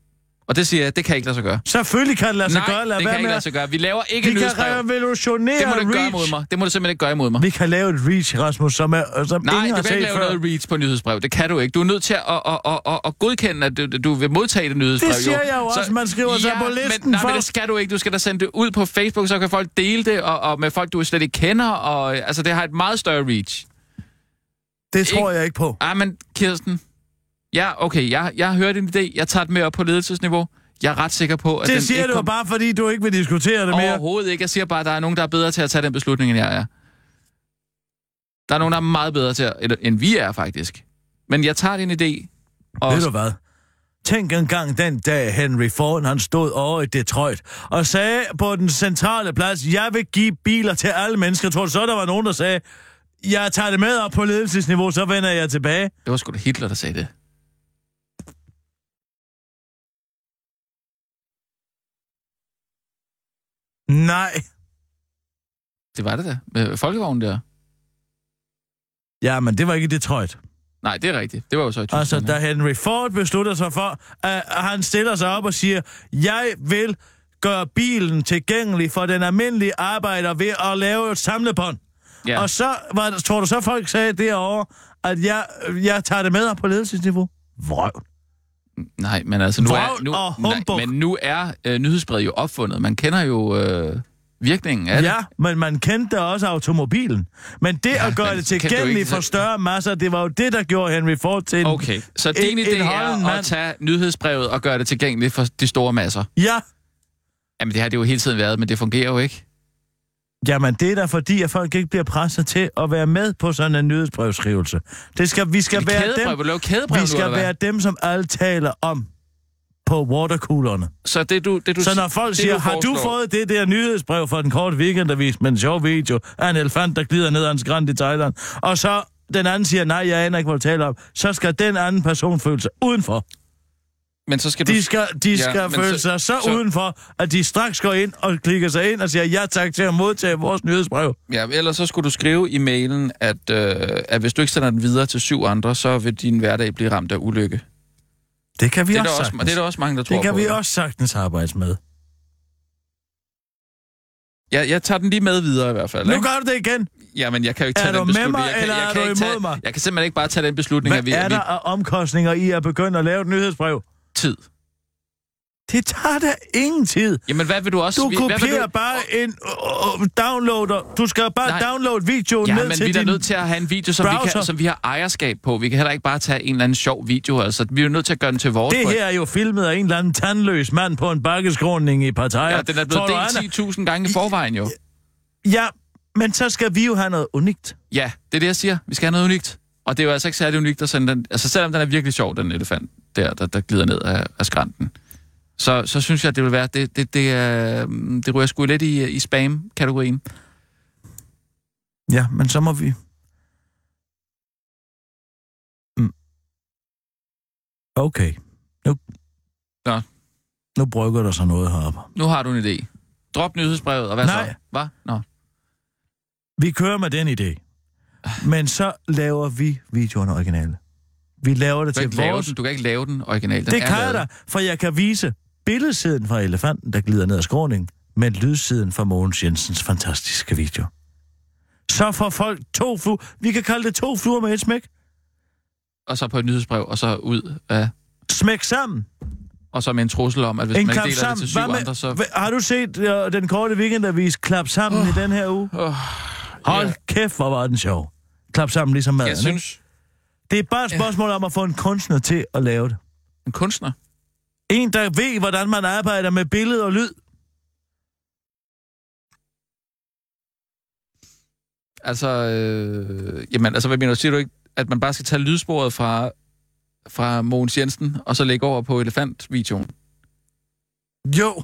[SPEAKER 4] Og det siger jeg, det kan jeg ikke lade sig gøre.
[SPEAKER 5] Selvfølgelig kan det lade sig
[SPEAKER 4] Nej,
[SPEAKER 5] gøre. Lad
[SPEAKER 4] det
[SPEAKER 5] være
[SPEAKER 4] kan ikke
[SPEAKER 5] med
[SPEAKER 4] lade
[SPEAKER 5] at-
[SPEAKER 4] sig gøre. Vi laver ikke
[SPEAKER 5] Vi
[SPEAKER 4] et
[SPEAKER 5] kan
[SPEAKER 4] nyhedsbrev.
[SPEAKER 5] revolutionere
[SPEAKER 4] Det må du ikke gøre
[SPEAKER 5] reach.
[SPEAKER 4] mod mig. Det må du simpelthen ikke gøre imod mig.
[SPEAKER 5] Vi kan lave et reach, Rasmus, som, er, som
[SPEAKER 4] Nej,
[SPEAKER 5] ingen
[SPEAKER 4] du
[SPEAKER 5] har
[SPEAKER 4] kan ikke
[SPEAKER 5] set
[SPEAKER 4] lave
[SPEAKER 5] før.
[SPEAKER 4] noget reads på nyhedsbrev. Det kan du ikke. Du er nødt til at, at, at, at, at godkende, at du, du vil modtage det nyhedsbrev.
[SPEAKER 5] Det siger jeg jo også. Man skriver sig på listen
[SPEAKER 4] men, nej, men det
[SPEAKER 5] først.
[SPEAKER 4] skal du ikke. Du skal da sende det ud på Facebook, så kan folk dele det, og, og med folk, du slet ikke kender. Og, altså, det har et meget større reach.
[SPEAKER 5] Det tror jeg ikke på.
[SPEAKER 4] Ah, men Kirsten. Ja, okay, jeg, jeg har hørt en idé. Jeg tager den med op på ledelsesniveau. Jeg er ret sikker på, at den
[SPEAKER 5] Det siger
[SPEAKER 4] ikke
[SPEAKER 5] du
[SPEAKER 4] kom-
[SPEAKER 5] bare, fordi du ikke vil diskutere det mere.
[SPEAKER 4] Overhovedet ikke. Jeg siger bare, at der er nogen, der er bedre til at tage den beslutning, end jeg er. Der er nogen, der er meget bedre til, at, eller- end vi er faktisk. Men jeg tager din idé. Og
[SPEAKER 5] Ved du hvad? Tænk engang den dag, Henry Ford, han stod over i Detroit og sagde på den centrale plads, jeg vil give biler til alle mennesker. Tror du så, der var nogen, der sagde, jeg tager det med op på ledelsesniveau, så vender jeg tilbage.
[SPEAKER 4] det var sgu da Hitler, der sagde det.
[SPEAKER 5] Nej,
[SPEAKER 4] Det var det da. Med folkevognen der.
[SPEAKER 5] ja, men det var ikke i Detroit.
[SPEAKER 4] Nej, det er rigtigt. Det var jo så i Tyskland.
[SPEAKER 5] Altså,
[SPEAKER 4] ikke?
[SPEAKER 5] da Henry Ford beslutter sig for, at at han stiller sig op og siger, jeg vil gøre bilen tilgængelig for den almindelige arbejder ved at lave et samlebånd.
[SPEAKER 4] ja.
[SPEAKER 5] Ja. Og så var, det- tror du så, folk sagde derovre, at jeg, jeg tager det med op på ledelsesniveau? Vrøv.
[SPEAKER 4] Nej, men altså, nu er,
[SPEAKER 5] Vrøvl
[SPEAKER 4] nu,
[SPEAKER 5] og humbug.
[SPEAKER 4] nej, men nu er øh, nyhedsbrevet jo opfundet. Man kender jo øh, virkningen af det.
[SPEAKER 5] Ja, men man kendte da også automobilen. Men det ja, at
[SPEAKER 4] men
[SPEAKER 5] gøre det
[SPEAKER 4] så kan du ikke-
[SPEAKER 5] tilgængeligt for større masser, det var jo det, der gjorde Henry Ford til en-
[SPEAKER 4] Okay, så
[SPEAKER 5] en-
[SPEAKER 4] din
[SPEAKER 5] en
[SPEAKER 4] idé
[SPEAKER 5] holden
[SPEAKER 4] er at
[SPEAKER 5] mand.
[SPEAKER 4] tage nyhedsbrevet og gøre det tilgængeligt for de store masser.
[SPEAKER 5] Ja,
[SPEAKER 4] Jamen, det har det jo hele tiden været, men det fungerer jo ikke.
[SPEAKER 5] Jamen, det er da fordi, at folk ikke bliver presset til at være med på sådan en nyhedsbrevskrivelse. Det skal, vi skal
[SPEAKER 4] Skal det
[SPEAKER 5] være
[SPEAKER 4] kædebrev?
[SPEAKER 5] dem,
[SPEAKER 4] Vil du lave kædebrev
[SPEAKER 5] vi
[SPEAKER 4] nu,
[SPEAKER 5] skal
[SPEAKER 4] eller hvad?
[SPEAKER 5] være dem, som alle taler om på watercoolerne.
[SPEAKER 4] Så det du, det du
[SPEAKER 5] Så når folk
[SPEAKER 4] det,
[SPEAKER 5] siger, har du
[SPEAKER 4] foreslår-
[SPEAKER 5] fået det der nyhedsbrev fra den korte weekendavis med en sjov video af en elefant, der glider ned ad en skrant i Thailand, og så den anden siger, nej, jeg aner ikke, hvad du taler om, så skal den anden person føle sig udenfor.
[SPEAKER 4] Men så skal du...
[SPEAKER 5] De skal, de
[SPEAKER 4] Ja,
[SPEAKER 5] skal
[SPEAKER 4] men
[SPEAKER 5] føle
[SPEAKER 4] så-
[SPEAKER 5] så, sig så,
[SPEAKER 4] så-
[SPEAKER 5] så udenfor, at de straks går ind og klikker sig ind og siger, ja tak til at modtage vores nyhedsbrev.
[SPEAKER 4] Ja, ellers så skulle du skrive i mailen, at, øh, at hvis du ikke sender den videre til syv andre, så vil din hverdag blive ramt af ulykke.
[SPEAKER 5] Det kan vi
[SPEAKER 4] Det er,
[SPEAKER 5] også
[SPEAKER 4] der også,
[SPEAKER 5] sagtens.
[SPEAKER 4] det er der også mange, der tror
[SPEAKER 5] Det kan
[SPEAKER 4] på.
[SPEAKER 5] vi også sagtens arbejde med.
[SPEAKER 4] Jeg, jeg tager den lige med videre i hvert fald.
[SPEAKER 5] Nu
[SPEAKER 4] ikke?
[SPEAKER 5] gør du det igen.
[SPEAKER 4] Jamen, jeg kan jo ikke
[SPEAKER 5] Er
[SPEAKER 4] tage den
[SPEAKER 5] du med
[SPEAKER 4] beslutning.
[SPEAKER 5] mig,
[SPEAKER 4] jeg kan,
[SPEAKER 5] eller
[SPEAKER 4] jeg
[SPEAKER 5] er
[SPEAKER 4] kan
[SPEAKER 5] du
[SPEAKER 4] ikke tage,
[SPEAKER 5] imod mig?
[SPEAKER 4] Jeg kan simpelthen ikke bare tage den beslutning,
[SPEAKER 5] Hvad
[SPEAKER 4] at vi,
[SPEAKER 5] er
[SPEAKER 4] at vi
[SPEAKER 5] der af omkostninger i at begynde at lave et nyhedsbrev?
[SPEAKER 4] tid.
[SPEAKER 5] Det tager da ingen tid.
[SPEAKER 4] Jamen, hvad vil du også...
[SPEAKER 5] Du
[SPEAKER 4] vi- hvad vil
[SPEAKER 5] kopierer
[SPEAKER 4] du,
[SPEAKER 5] bare en uh, uh, downloader. Du skal bare
[SPEAKER 4] Nej.
[SPEAKER 5] downloade videoen
[SPEAKER 4] Ja,
[SPEAKER 5] ned
[SPEAKER 4] men
[SPEAKER 5] til
[SPEAKER 4] vi er da
[SPEAKER 5] din...
[SPEAKER 4] nødt til at have en video, som vi,
[SPEAKER 5] browser.
[SPEAKER 4] kan, som vi har ejerskab på. Vi kan heller ikke bare tage en eller anden sjov video. Altså, vi er jo nødt til at gøre den til vores. på
[SPEAKER 5] Det
[SPEAKER 4] et
[SPEAKER 5] her er jo filmet af en eller anden tandløs mand på en bakkeskråning i Pattaya.
[SPEAKER 4] Ja, den er
[SPEAKER 5] Tror
[SPEAKER 4] blevet
[SPEAKER 5] du, han
[SPEAKER 4] delt 10.000 gange i forvejen jo.
[SPEAKER 5] Ja, men så skal vi jo have noget unikt.
[SPEAKER 4] Ja, det er det, jeg siger. Vi skal have noget unikt. Og det er jo altså ikke særlig unikt at sende den... Altså, selvom den er virkelig sjov, den elefant der, der, der glider ned af, af skrænten. Så, så synes jeg, det vil være... Det, det, det, øh, det ryger sgu lidt i, i spam-kategorien.
[SPEAKER 5] Ja, men så må vi... Mm. Okay. Nu...
[SPEAKER 4] Nå.
[SPEAKER 5] Nu brygger der sig noget heroppe.
[SPEAKER 4] Nu har du en idé. Drop nyhedsbrevet, og hvad så?
[SPEAKER 5] Nej.
[SPEAKER 4] Hvad? Nå.
[SPEAKER 5] Vi kører med den idé. Men så laver vi videoen originale. Vi laver det
[SPEAKER 4] Du kan, ikke
[SPEAKER 5] til
[SPEAKER 4] lave
[SPEAKER 5] vores...
[SPEAKER 4] den, du kan ikke lave den original. Den
[SPEAKER 5] Det
[SPEAKER 4] er
[SPEAKER 5] kan jeg
[SPEAKER 4] lavet.
[SPEAKER 5] da, for jeg kan vise billedsiden fra elefanten, der glider ned ad skråningen, men lydsiden fra Mogens Jensens fantastiske video. Så får folk to fluer. Vi kan kalde det to fluer med et smæk.
[SPEAKER 4] Og så på et nyhedsbrev, og så ud af...
[SPEAKER 5] smæk sammen.
[SPEAKER 4] Og så med en trussel om, at hvis
[SPEAKER 5] en
[SPEAKER 4] man
[SPEAKER 5] klap
[SPEAKER 4] ikke deler det
[SPEAKER 5] sammen.
[SPEAKER 4] til syv
[SPEAKER 5] Hvad med,
[SPEAKER 4] andre, så...
[SPEAKER 5] hva- Har du set øh, den korte weekendavis Klap sammen i den her uge?
[SPEAKER 4] Åh,
[SPEAKER 5] Hold
[SPEAKER 4] ja.
[SPEAKER 5] kæft, hvor var den sjov. Klap sammen ligesom maden.
[SPEAKER 4] Jeg
[SPEAKER 5] ikke?
[SPEAKER 4] synes,
[SPEAKER 5] Det er bare et spørgsmål om at få en kunstner til at lave det.
[SPEAKER 4] en kunstner...
[SPEAKER 5] En, der ved, hvordan man arbejder med billede og lyd.
[SPEAKER 4] Altså, øh, jamen, altså, hvad mener du? Siger du ikke, at man bare skal tage lydsporet fra, fra Mogens Jensen, og så lægge over på elefantvideoen?
[SPEAKER 5] Jo,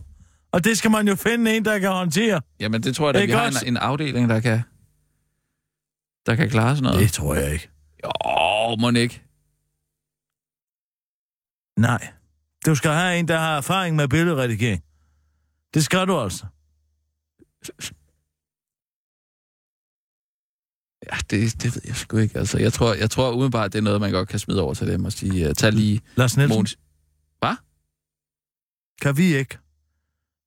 [SPEAKER 5] og det skal man jo finde en, der kan håndtere.
[SPEAKER 4] Jamen, det tror jeg da, vi
[SPEAKER 5] Ikke
[SPEAKER 4] har
[SPEAKER 5] også?
[SPEAKER 4] en, en afdeling, der kan, der kan klare sådan noget.
[SPEAKER 5] Det tror jeg ikke.
[SPEAKER 4] Åh, må ikke.
[SPEAKER 5] Nej. Du skal have en, der har erfaring med billedredigering. Det skal du altså.
[SPEAKER 4] Ja, det, det ved jeg sgu ikke. Altså, jeg tror, jeg tror umiddelbart, det er noget, man godt kan smide over til dem og sige, uh, tag lige
[SPEAKER 5] Lars Nielsen,
[SPEAKER 4] Mogens.
[SPEAKER 5] kan vi ikke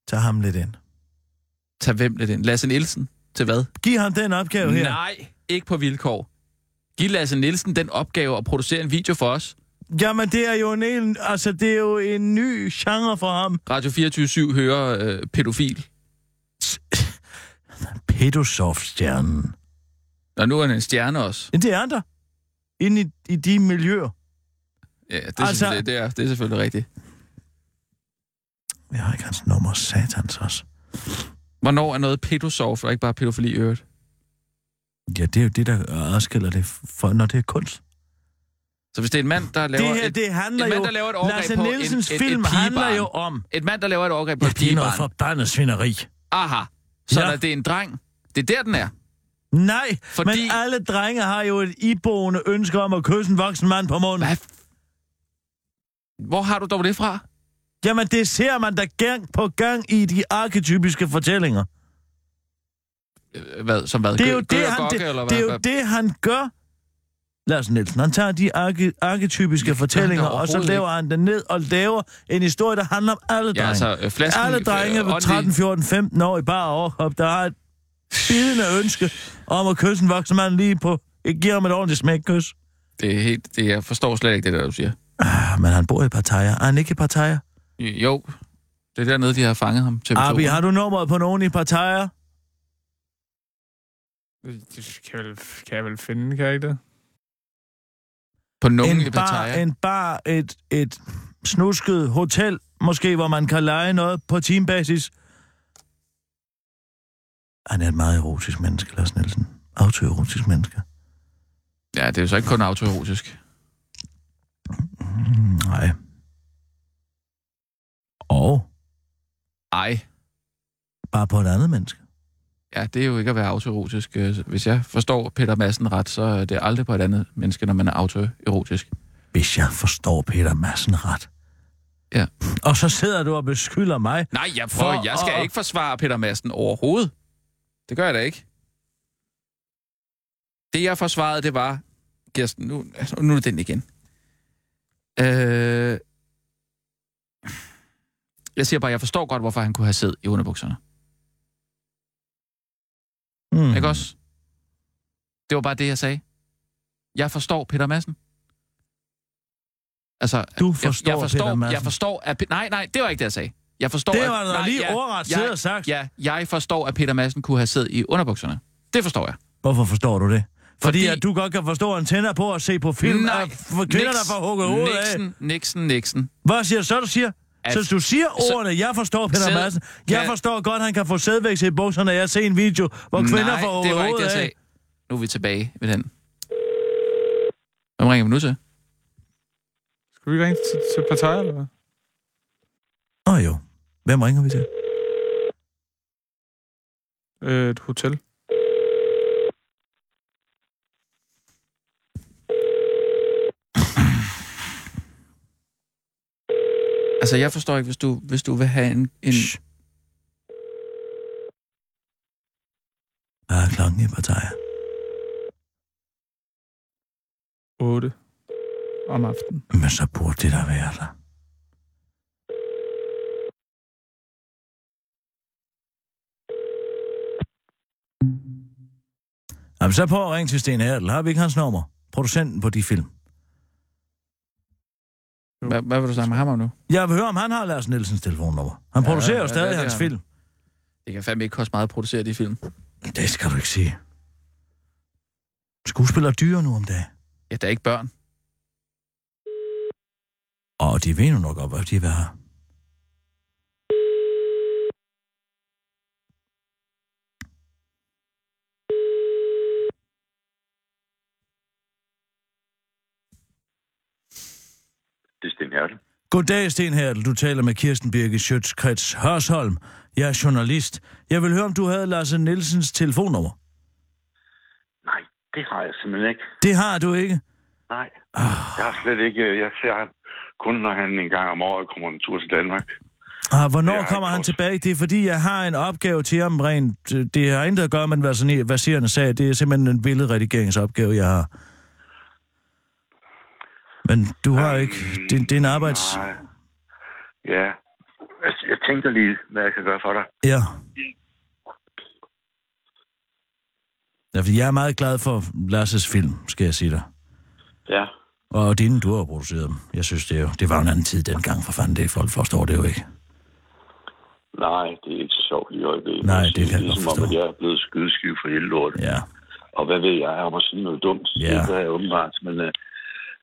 [SPEAKER 5] tage ham lidt ind?
[SPEAKER 4] Tag hvem lidt ind? Lasse Nielsen? Til hvad?
[SPEAKER 5] Giv ham den opgave her.
[SPEAKER 4] Nej, ikke på vilkår. Giv Lasse Nielsen den opgave at producere en video for os.
[SPEAKER 5] Jamen, det er jo en, en, altså, det er jo en ny genre for ham.
[SPEAKER 4] Radio 24-7 hører øh, pædofil.
[SPEAKER 5] Pedosoft-stjernen.
[SPEAKER 4] Og nu er han en stjerne også.
[SPEAKER 5] Men Det er der. Inde i, i de miljøer.
[SPEAKER 4] Ja, det,
[SPEAKER 5] Altså-
[SPEAKER 4] altså... selvfølgelig, det, er, det er selvfølgelig rigtigt.
[SPEAKER 5] Jeg har ikke hans nummer, satans også.
[SPEAKER 4] Hvornår er noget pædosoft og ikke bare pædofili i øvrigt?
[SPEAKER 5] Ja, det er jo det, der adskiller det, for, når det er kunst.
[SPEAKER 4] Så hvis det er en mand, der laver
[SPEAKER 5] det her,
[SPEAKER 4] et,
[SPEAKER 5] det handler
[SPEAKER 4] en mand,
[SPEAKER 5] jo...
[SPEAKER 4] der laver et overgreb
[SPEAKER 5] Lasse
[SPEAKER 4] på en-
[SPEAKER 5] Nielsens
[SPEAKER 4] et- et
[SPEAKER 5] film handler
[SPEAKER 4] pigebarn.
[SPEAKER 5] jo om...
[SPEAKER 4] et mand, der laver et overgreb på
[SPEAKER 5] Ja,
[SPEAKER 4] et
[SPEAKER 5] det er noget
[SPEAKER 4] pigebarn.
[SPEAKER 5] forbandet svineri.
[SPEAKER 4] Aha, så
[SPEAKER 5] Ja.
[SPEAKER 4] ja. det er en dreng. Det er der, den er.
[SPEAKER 5] Nej, Fordi...
[SPEAKER 4] Fordi-
[SPEAKER 5] men alle drenge har jo et iboende ønske om at kysse en voksen mand på munden.
[SPEAKER 4] Hvad? f- Hvor har du dog det fra?
[SPEAKER 5] Jamen, det ser man da gang på gang i de arketypiske fortællinger.
[SPEAKER 4] Øh, Hvad, som hvad?
[SPEAKER 5] Det er
[SPEAKER 4] Gø-
[SPEAKER 5] jo
[SPEAKER 4] Gø
[SPEAKER 5] det,
[SPEAKER 4] og
[SPEAKER 5] han,
[SPEAKER 4] Gokke, eller hvad?
[SPEAKER 5] det, det, er jo
[SPEAKER 4] Hvad-
[SPEAKER 5] det, han gør. Lars Nielsen, han tager de arke, arketypiske fortællinger, og så
[SPEAKER 4] overhovedet
[SPEAKER 5] laver han det ned og laver en historie, der handler om alle drenge.
[SPEAKER 4] Ja, altså, øh, flasken,
[SPEAKER 5] alle drenge
[SPEAKER 4] øh,
[SPEAKER 5] på
[SPEAKER 4] åndelige-
[SPEAKER 5] 13, 14, 15 år i bare overkrop, der har et bidende ønske om at kysse en voksen mand lige på... Giver ham et ordentligt smækkys.
[SPEAKER 4] Det er helt, det, jeg forstår slet ikke det der, du siger.
[SPEAKER 5] Ah, men han bor i Pattaya. Er han ikke i Pattaya?
[SPEAKER 4] Jo, det er dernede, de har fanget ham. TV2.
[SPEAKER 5] Abi, Ah, har du nummeret på nogen i Pattaya?
[SPEAKER 1] Det kan jeg, vel, kan jeg vel finde, kan jeg ikke det?
[SPEAKER 4] På nogen i
[SPEAKER 5] en bar,
[SPEAKER 4] Pattaya.
[SPEAKER 5] en bar et, et snusket hotel, måske, hvor man kan lege noget på teambasis. Han er et meget erotisk menneske, Lars Nielsen. Autoerotisk menneske.
[SPEAKER 4] Ja, det er jo så ikke kun autoerotisk.
[SPEAKER 5] Mm, nej. Og
[SPEAKER 4] Ej,
[SPEAKER 5] bare på et andet menneske.
[SPEAKER 4] ja, det er jo ikke at være autoerotisk. Øh, Hvis jeg forstår Peter Madsen ret, så er det aldrig på et andet menneske, når man er autoerotisk.
[SPEAKER 5] Hvis jeg forstår Peter Madsen ret.
[SPEAKER 4] Ja.
[SPEAKER 5] Og så sidder du og beskylder mig.
[SPEAKER 4] Nej, jeg,
[SPEAKER 5] For-
[SPEAKER 4] prøver, jeg skal
[SPEAKER 5] og-
[SPEAKER 4] ikke forsvare Peter Madsen overhovedet. Det gør jeg da ikke. Det, jeg forsvarede, det var... Kirsten, nu, altså, nu er det den igen. Øh, jeg siger bare, jeg forstår godt, hvorfor han kunne have siddet i underbukserne.
[SPEAKER 5] Mm.
[SPEAKER 4] Ikke også? Det var bare det, jeg sagde. Jeg forstår Peter Madsen. Altså,
[SPEAKER 5] Du
[SPEAKER 4] jeg,
[SPEAKER 5] forstår,
[SPEAKER 4] jeg forstår,
[SPEAKER 5] Peter Madsen.
[SPEAKER 4] Jeg forstår, at... Pe- Nej, nej, det var ikke det, jeg sagde. Jeg forstår,
[SPEAKER 5] Det
[SPEAKER 4] at-
[SPEAKER 5] var da
[SPEAKER 4] nej,
[SPEAKER 5] lige
[SPEAKER 4] ja,
[SPEAKER 5] ordret
[SPEAKER 4] jeg-
[SPEAKER 5] siddet sagt.
[SPEAKER 4] Ja, jeg forstår, at Peter Madsen kunne have siddet i underbukserne. Det forstår jeg.
[SPEAKER 5] Hvorfor forstår du det? Fordi,
[SPEAKER 4] Fordi-
[SPEAKER 5] Fordi at du godt kan forstå antenner på at se på film Nej, af for kvinder, der får hugget hovedet af.
[SPEAKER 4] Nixon, Nixon, Nixon.
[SPEAKER 5] Hvad siger så, du siger?
[SPEAKER 4] At-
[SPEAKER 5] Så du siger
[SPEAKER 4] Altså, så-
[SPEAKER 5] ordene, jeg forstår Peter
[SPEAKER 4] Sæd-
[SPEAKER 5] Madsen. Jeg
[SPEAKER 4] kan-
[SPEAKER 5] forstår godt, han kan få sædvækst i bukserne, jeg ser en video, hvor kvinder
[SPEAKER 4] Nej,
[SPEAKER 5] får hugget
[SPEAKER 4] det var ikke det,
[SPEAKER 5] hovedet
[SPEAKER 4] jeg sagde.
[SPEAKER 5] af.
[SPEAKER 4] Nu er vi tilbage ved den. Hvem ringer vi nu til?
[SPEAKER 1] Skal vi ringe til, til partier, eller hvad?
[SPEAKER 5] Nå jo, hvem ringer vi til?
[SPEAKER 1] Øh, et hotel.
[SPEAKER 4] Altså, jeg forstår ikke, hvis du, hvis du vil have en... en
[SPEAKER 5] Shh. Hvad er klokken i Pattaya?
[SPEAKER 1] 8 om aftenen.
[SPEAKER 5] Men så burde det der være der. Jamen, så prøv at ringe til Sten Hertel. Har vi ikke hans nummer? Producenten på de film.
[SPEAKER 1] Jo.
[SPEAKER 4] Hvad, hvad vil du snakke med ham om nu?
[SPEAKER 5] Jeg vil høre, om han har Lars Nielsens telefonnummer. Han ja, producerer jo
[SPEAKER 4] ja,
[SPEAKER 5] stadig
[SPEAKER 4] det er
[SPEAKER 5] hans
[SPEAKER 4] han.
[SPEAKER 5] film.
[SPEAKER 4] Det kan fandme ikke koste meget at producere de film.
[SPEAKER 5] Det skal du ikke sige. Skuespillere er dyre nu om dagen.
[SPEAKER 4] Ja, der er ikke børn.
[SPEAKER 5] Og de ved nu nok godt, hvad de vil have.
[SPEAKER 7] Det er Sten Hjertel.
[SPEAKER 5] Goddag, Sten Hertel. Du taler med Kirsten Birke Sjøtskrets Hørsholm. Jeg er journalist. Jeg vil høre, om du havde Lars Nielsens telefonnummer.
[SPEAKER 7] Nej, det har jeg simpelthen ikke.
[SPEAKER 5] Det har du ikke.
[SPEAKER 7] Nej.
[SPEAKER 5] Ah.
[SPEAKER 7] Jeg har slet ikke... Jeg ser ham kun, når han en gang om året kommer en tur til Danmark.
[SPEAKER 5] Ah,
[SPEAKER 7] Det
[SPEAKER 5] hvornår
[SPEAKER 7] har
[SPEAKER 5] kommer
[SPEAKER 7] jeg
[SPEAKER 5] han
[SPEAKER 7] ikke
[SPEAKER 5] tilbage? Det er fordi, jeg har en opgave til ham rent... øh, Det har intet at gøre med den versen- verserende sag. Det er simpelthen en billedredigeringsopgave, jeg har. Men du har ikke... Det, det er en arbejds...
[SPEAKER 7] Øh, Nej. Ja. Altså, Jeg tænker lige, hvad jeg kan gøre for dig.
[SPEAKER 5] Ja. ja fordi jeg er meget glad for Lars' film, skal jeg sige dig.
[SPEAKER 7] Ja.
[SPEAKER 5] Og dine, du har produceret dem. Jeg synes, det, er jo, det var en anden tid dengang, for fanden det. Folk forstår det jo ikke.
[SPEAKER 7] Nej, det er ikke så sjovt lige i øjeblikket.
[SPEAKER 5] Nej, det kan jeg
[SPEAKER 7] er
[SPEAKER 5] godt
[SPEAKER 7] ligesom om,
[SPEAKER 5] forstå.
[SPEAKER 7] at jeg er blevet skydeskive for hele lortet.
[SPEAKER 5] Ja.
[SPEAKER 7] Og hvad ved jeg, jeg må sige noget dumt.
[SPEAKER 5] Ja.
[SPEAKER 7] Det gør jeg åbenbart, men... øh,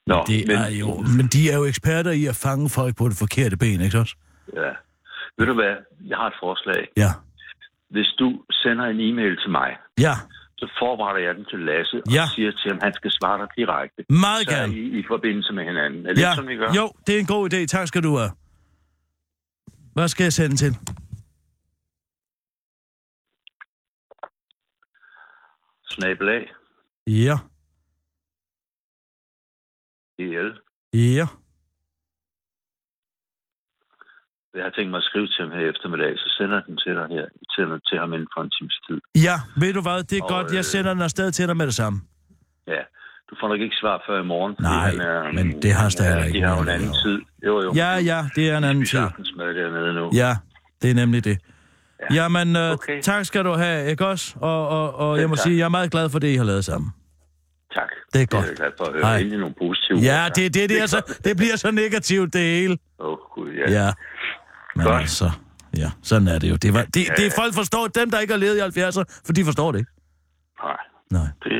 [SPEAKER 7] Nå,
[SPEAKER 5] Det
[SPEAKER 7] men,
[SPEAKER 5] er jo, men de er jo eksperter i at fange folk på det forkerte ben, ikke også?
[SPEAKER 7] Ja. Ved du hvad? Jeg har et forslag.
[SPEAKER 5] Ja.
[SPEAKER 7] Hvis du sender en e-mail til mig,
[SPEAKER 5] Ja,
[SPEAKER 7] så forberetter jeg den til Lasse og
[SPEAKER 5] Ja.
[SPEAKER 7] siger til ham, at han skal svare dig direkte.
[SPEAKER 5] meget
[SPEAKER 7] Så er
[SPEAKER 5] gerne.
[SPEAKER 7] I i forbindelse med hinanden. Er det
[SPEAKER 5] ja.
[SPEAKER 7] ikke sådan, vi gør?
[SPEAKER 5] Jo, det er en god idé. Tak skal du have. Hvad skal jeg sende til?
[SPEAKER 7] Snabelag,
[SPEAKER 5] Ja,
[SPEAKER 7] EL.
[SPEAKER 5] ja.
[SPEAKER 7] Jeg har tænkt mig at skrive til ham her i eftermiddag, så sender jeg den til dig her. Jeg sender den til ham inden for en times tid.
[SPEAKER 5] Ja, ved du hvad, det er
[SPEAKER 7] Og,
[SPEAKER 5] godt.
[SPEAKER 7] øh,
[SPEAKER 5] Jeg sender den afsted til dig med det samme.
[SPEAKER 7] Ja. Du får nok ikke svar før i morgen. fordi
[SPEAKER 5] Nej, men det har
[SPEAKER 7] han
[SPEAKER 5] stadig
[SPEAKER 7] er-
[SPEAKER 5] ikke
[SPEAKER 7] De har jo
[SPEAKER 5] noget
[SPEAKER 7] en
[SPEAKER 5] at
[SPEAKER 7] anden
[SPEAKER 5] lave.
[SPEAKER 7] tid. Jo, jo.
[SPEAKER 5] Ja, ja, det er en anden tid.
[SPEAKER 7] Vi aftensmad dernede nu.
[SPEAKER 5] Ja, det er nemlig det. Jamen, øh,
[SPEAKER 7] Okay.
[SPEAKER 5] tak skal du have, ikke også? Og, og, og jeg
[SPEAKER 7] Selv
[SPEAKER 5] må
[SPEAKER 7] tak.
[SPEAKER 5] sige, jeg er meget glad for det, I har lavet sammen.
[SPEAKER 7] Tak.
[SPEAKER 5] Det er godt.
[SPEAKER 7] Jeg er glad for at
[SPEAKER 5] Hej.
[SPEAKER 7] høre endelig nogle positive
[SPEAKER 5] Ja,
[SPEAKER 7] ord.
[SPEAKER 5] det er det, det, er så,
[SPEAKER 7] godt.
[SPEAKER 5] det bliver så negativt, det hele.
[SPEAKER 7] Åh, oh, gud, ja.
[SPEAKER 5] Ja. Men
[SPEAKER 7] Godt.
[SPEAKER 5] altså, ja, sådan er det jo. Det, var, det, det er folk forstår, dem der ikke har levet i 70'erne, for de forstår det ikke.
[SPEAKER 7] Nej.
[SPEAKER 5] Nej.
[SPEAKER 7] Det,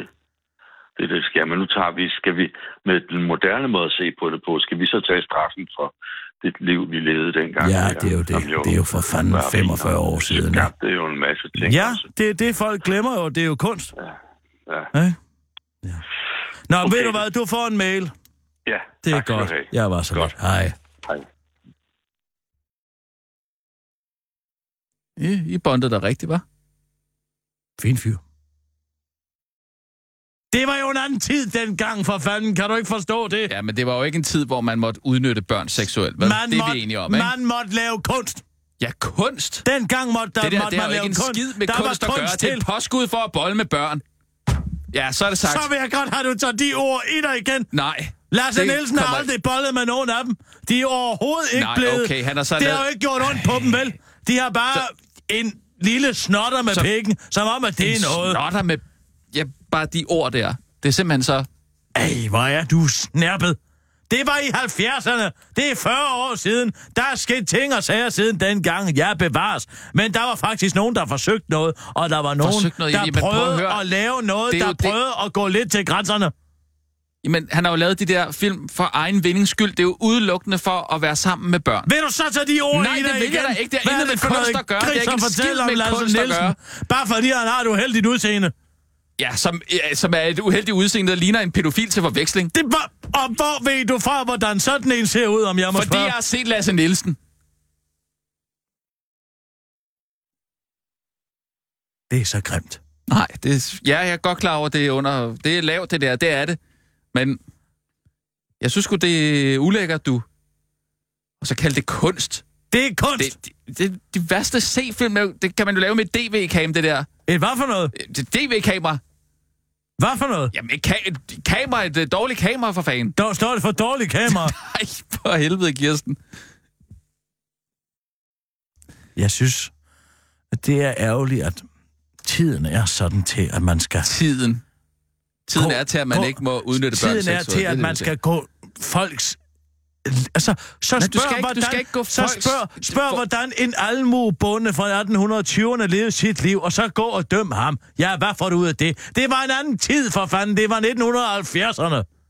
[SPEAKER 7] det er det, der sker. Men nu tager vi, skal vi med den moderne måde at se på det på, skal vi så tage straffen for det liv, vi levede dengang?
[SPEAKER 5] Ja, det er jo det.
[SPEAKER 7] Som
[SPEAKER 5] Det er jo for fanden
[SPEAKER 7] var
[SPEAKER 5] 45
[SPEAKER 7] viner.
[SPEAKER 5] år siden,
[SPEAKER 7] Ja, det er jo en masse ting.
[SPEAKER 5] Ja,
[SPEAKER 7] også.
[SPEAKER 5] det er det, folk glemmer jo. Det er jo kunst.
[SPEAKER 7] ja.
[SPEAKER 5] Ikke? ja. Nå, okay.
[SPEAKER 7] Okay.
[SPEAKER 5] ved du hvad? Du får en mail.
[SPEAKER 7] ja
[SPEAKER 5] Det er
[SPEAKER 7] tak skal du
[SPEAKER 5] godt.
[SPEAKER 7] have.
[SPEAKER 5] Jeg var så godt.
[SPEAKER 7] Godt.
[SPEAKER 5] Hej.
[SPEAKER 7] Hej.
[SPEAKER 4] I, I bondede dig rigtigt, var?
[SPEAKER 5] Fin fyr. Det var jo en anden tid dengang, for fanden. Kan du ikke forstå det?
[SPEAKER 4] Ja, men det var jo ikke en tid, hvor man måtte udnytte børn seksuelt. Hvad? det er vi enige om, ikke?
[SPEAKER 5] man måtte lave kunst.
[SPEAKER 4] Ja, kunst.
[SPEAKER 5] Dengang måtte, der,
[SPEAKER 4] Det der,
[SPEAKER 5] måtte
[SPEAKER 4] det har
[SPEAKER 5] man
[SPEAKER 4] jo
[SPEAKER 5] lave
[SPEAKER 4] ikke en
[SPEAKER 5] kunst.
[SPEAKER 4] skid med
[SPEAKER 5] der
[SPEAKER 4] kunst at
[SPEAKER 5] var
[SPEAKER 4] gøre.
[SPEAKER 5] kunst
[SPEAKER 4] Det er
[SPEAKER 5] til.
[SPEAKER 4] et påskud for at bolle med børn. Ja, så er det sagt.
[SPEAKER 5] Så vil jeg godt have, du tager de ord i dig igen.
[SPEAKER 4] Nej.
[SPEAKER 5] Lasse
[SPEAKER 4] Det
[SPEAKER 5] Nielsen har
[SPEAKER 4] kommer-
[SPEAKER 5] aldrig bollet med nogen af dem. De er overhovedet ikke
[SPEAKER 4] Nej,
[SPEAKER 5] blevet...
[SPEAKER 4] okay, han har så
[SPEAKER 5] det har
[SPEAKER 4] lavet-
[SPEAKER 5] jo ikke gjort ondt på dem, vel? De har bare så... en lille snotter med så...
[SPEAKER 4] Så-
[SPEAKER 5] pikken, som om, at det
[SPEAKER 4] En
[SPEAKER 5] er noget.
[SPEAKER 4] snotter med... Ja, bare de ord der. Det er simpelthen så...
[SPEAKER 5] Ej, hvor er du snærpet. Det var i 70'erne. Det er 40 år siden. Der er sket ting og sager siden dengang. Ja, bevares. Men der var faktisk nogen, der forsøgte noget, og der var nogen,
[SPEAKER 4] Forsøgt noget,
[SPEAKER 5] der
[SPEAKER 4] jamen, prøv at
[SPEAKER 5] prøvede
[SPEAKER 4] høre.
[SPEAKER 5] at lave noget,
[SPEAKER 4] Det er
[SPEAKER 5] der
[SPEAKER 4] jo det-
[SPEAKER 5] prøvede at gå lidt til grænserne.
[SPEAKER 4] Jamen, han har jo lavet de der film for egen vindings skyld. Det er jo udelukkende for at være sammen med børn.
[SPEAKER 5] Vil du så tage de ord
[SPEAKER 4] Nej,
[SPEAKER 5] i
[SPEAKER 4] det
[SPEAKER 5] dig
[SPEAKER 4] vil jeg
[SPEAKER 5] igen?
[SPEAKER 4] da ikke. Det har
[SPEAKER 5] Hvad
[SPEAKER 4] intet
[SPEAKER 5] er
[SPEAKER 4] med
[SPEAKER 5] det for
[SPEAKER 4] kunst
[SPEAKER 5] noget
[SPEAKER 4] at gøre. Det har
[SPEAKER 5] gris,
[SPEAKER 4] ikke en
[SPEAKER 5] som fortæller
[SPEAKER 4] skid
[SPEAKER 5] om
[SPEAKER 4] med
[SPEAKER 5] Lasse
[SPEAKER 4] kunst at
[SPEAKER 5] Nielsen?
[SPEAKER 4] gøre.
[SPEAKER 5] Bare fordi han har et uheldigt udseende.
[SPEAKER 4] Ja, som, ja, som er et uheldigt udseende, der ligner en pædofil til forveksling.
[SPEAKER 5] Det var, og hvor ved du fra, hvordan sådan en ser ud, om jeg må
[SPEAKER 4] Fordi
[SPEAKER 5] spørge?
[SPEAKER 4] jeg har set Lasse Nielsen.
[SPEAKER 5] Det er så grimt.
[SPEAKER 4] Nej, det, er- ja, jeg er godt klar over, det er under... Det er lavt, det der. Det er det. Men jeg synes sgu, det er ulækkert, du. Og så kalde det kunst.
[SPEAKER 5] Det er kunst. Det...
[SPEAKER 4] Det, det, det, de værste C-film, er jo- det kan man jo lave med DV-cam, det der.
[SPEAKER 5] Et hvad for noget?
[SPEAKER 4] Øh, Det DV-kamera.
[SPEAKER 5] Hvad for noget?
[SPEAKER 4] Jamen, et, ka- et kamera, et øh, dårligt kamera for fanden.
[SPEAKER 5] Der står det for dårligt
[SPEAKER 4] [LAUGHS]
[SPEAKER 5] kamera.
[SPEAKER 4] Ej, for helvede, Kirsten.
[SPEAKER 5] jeg synes, at det er ærgerligt, at tiden er sådan til, at man skal...
[SPEAKER 4] Tiden. Tiden
[SPEAKER 5] Gå-
[SPEAKER 4] er til, at man
[SPEAKER 5] gå-
[SPEAKER 4] ikke må udnytte børn
[SPEAKER 5] Tiden er
[SPEAKER 4] seksuelt.
[SPEAKER 5] til,
[SPEAKER 4] Det
[SPEAKER 5] at
[SPEAKER 4] det,
[SPEAKER 5] man
[SPEAKER 4] vi
[SPEAKER 5] skal gå folks Altså, så
[SPEAKER 4] Men
[SPEAKER 5] spørg,
[SPEAKER 4] du skal ikke- du
[SPEAKER 5] hvordan,
[SPEAKER 4] skal ikke gå
[SPEAKER 5] så
[SPEAKER 4] folks-
[SPEAKER 5] spørg, spørg
[SPEAKER 4] for-
[SPEAKER 5] hvordan en almuebonde fra 1820'erne levede sit liv, og så gå og døm ham. Ja, hvad får du ud af det? Det var en anden tid, for fanden. Det var 1970'erne.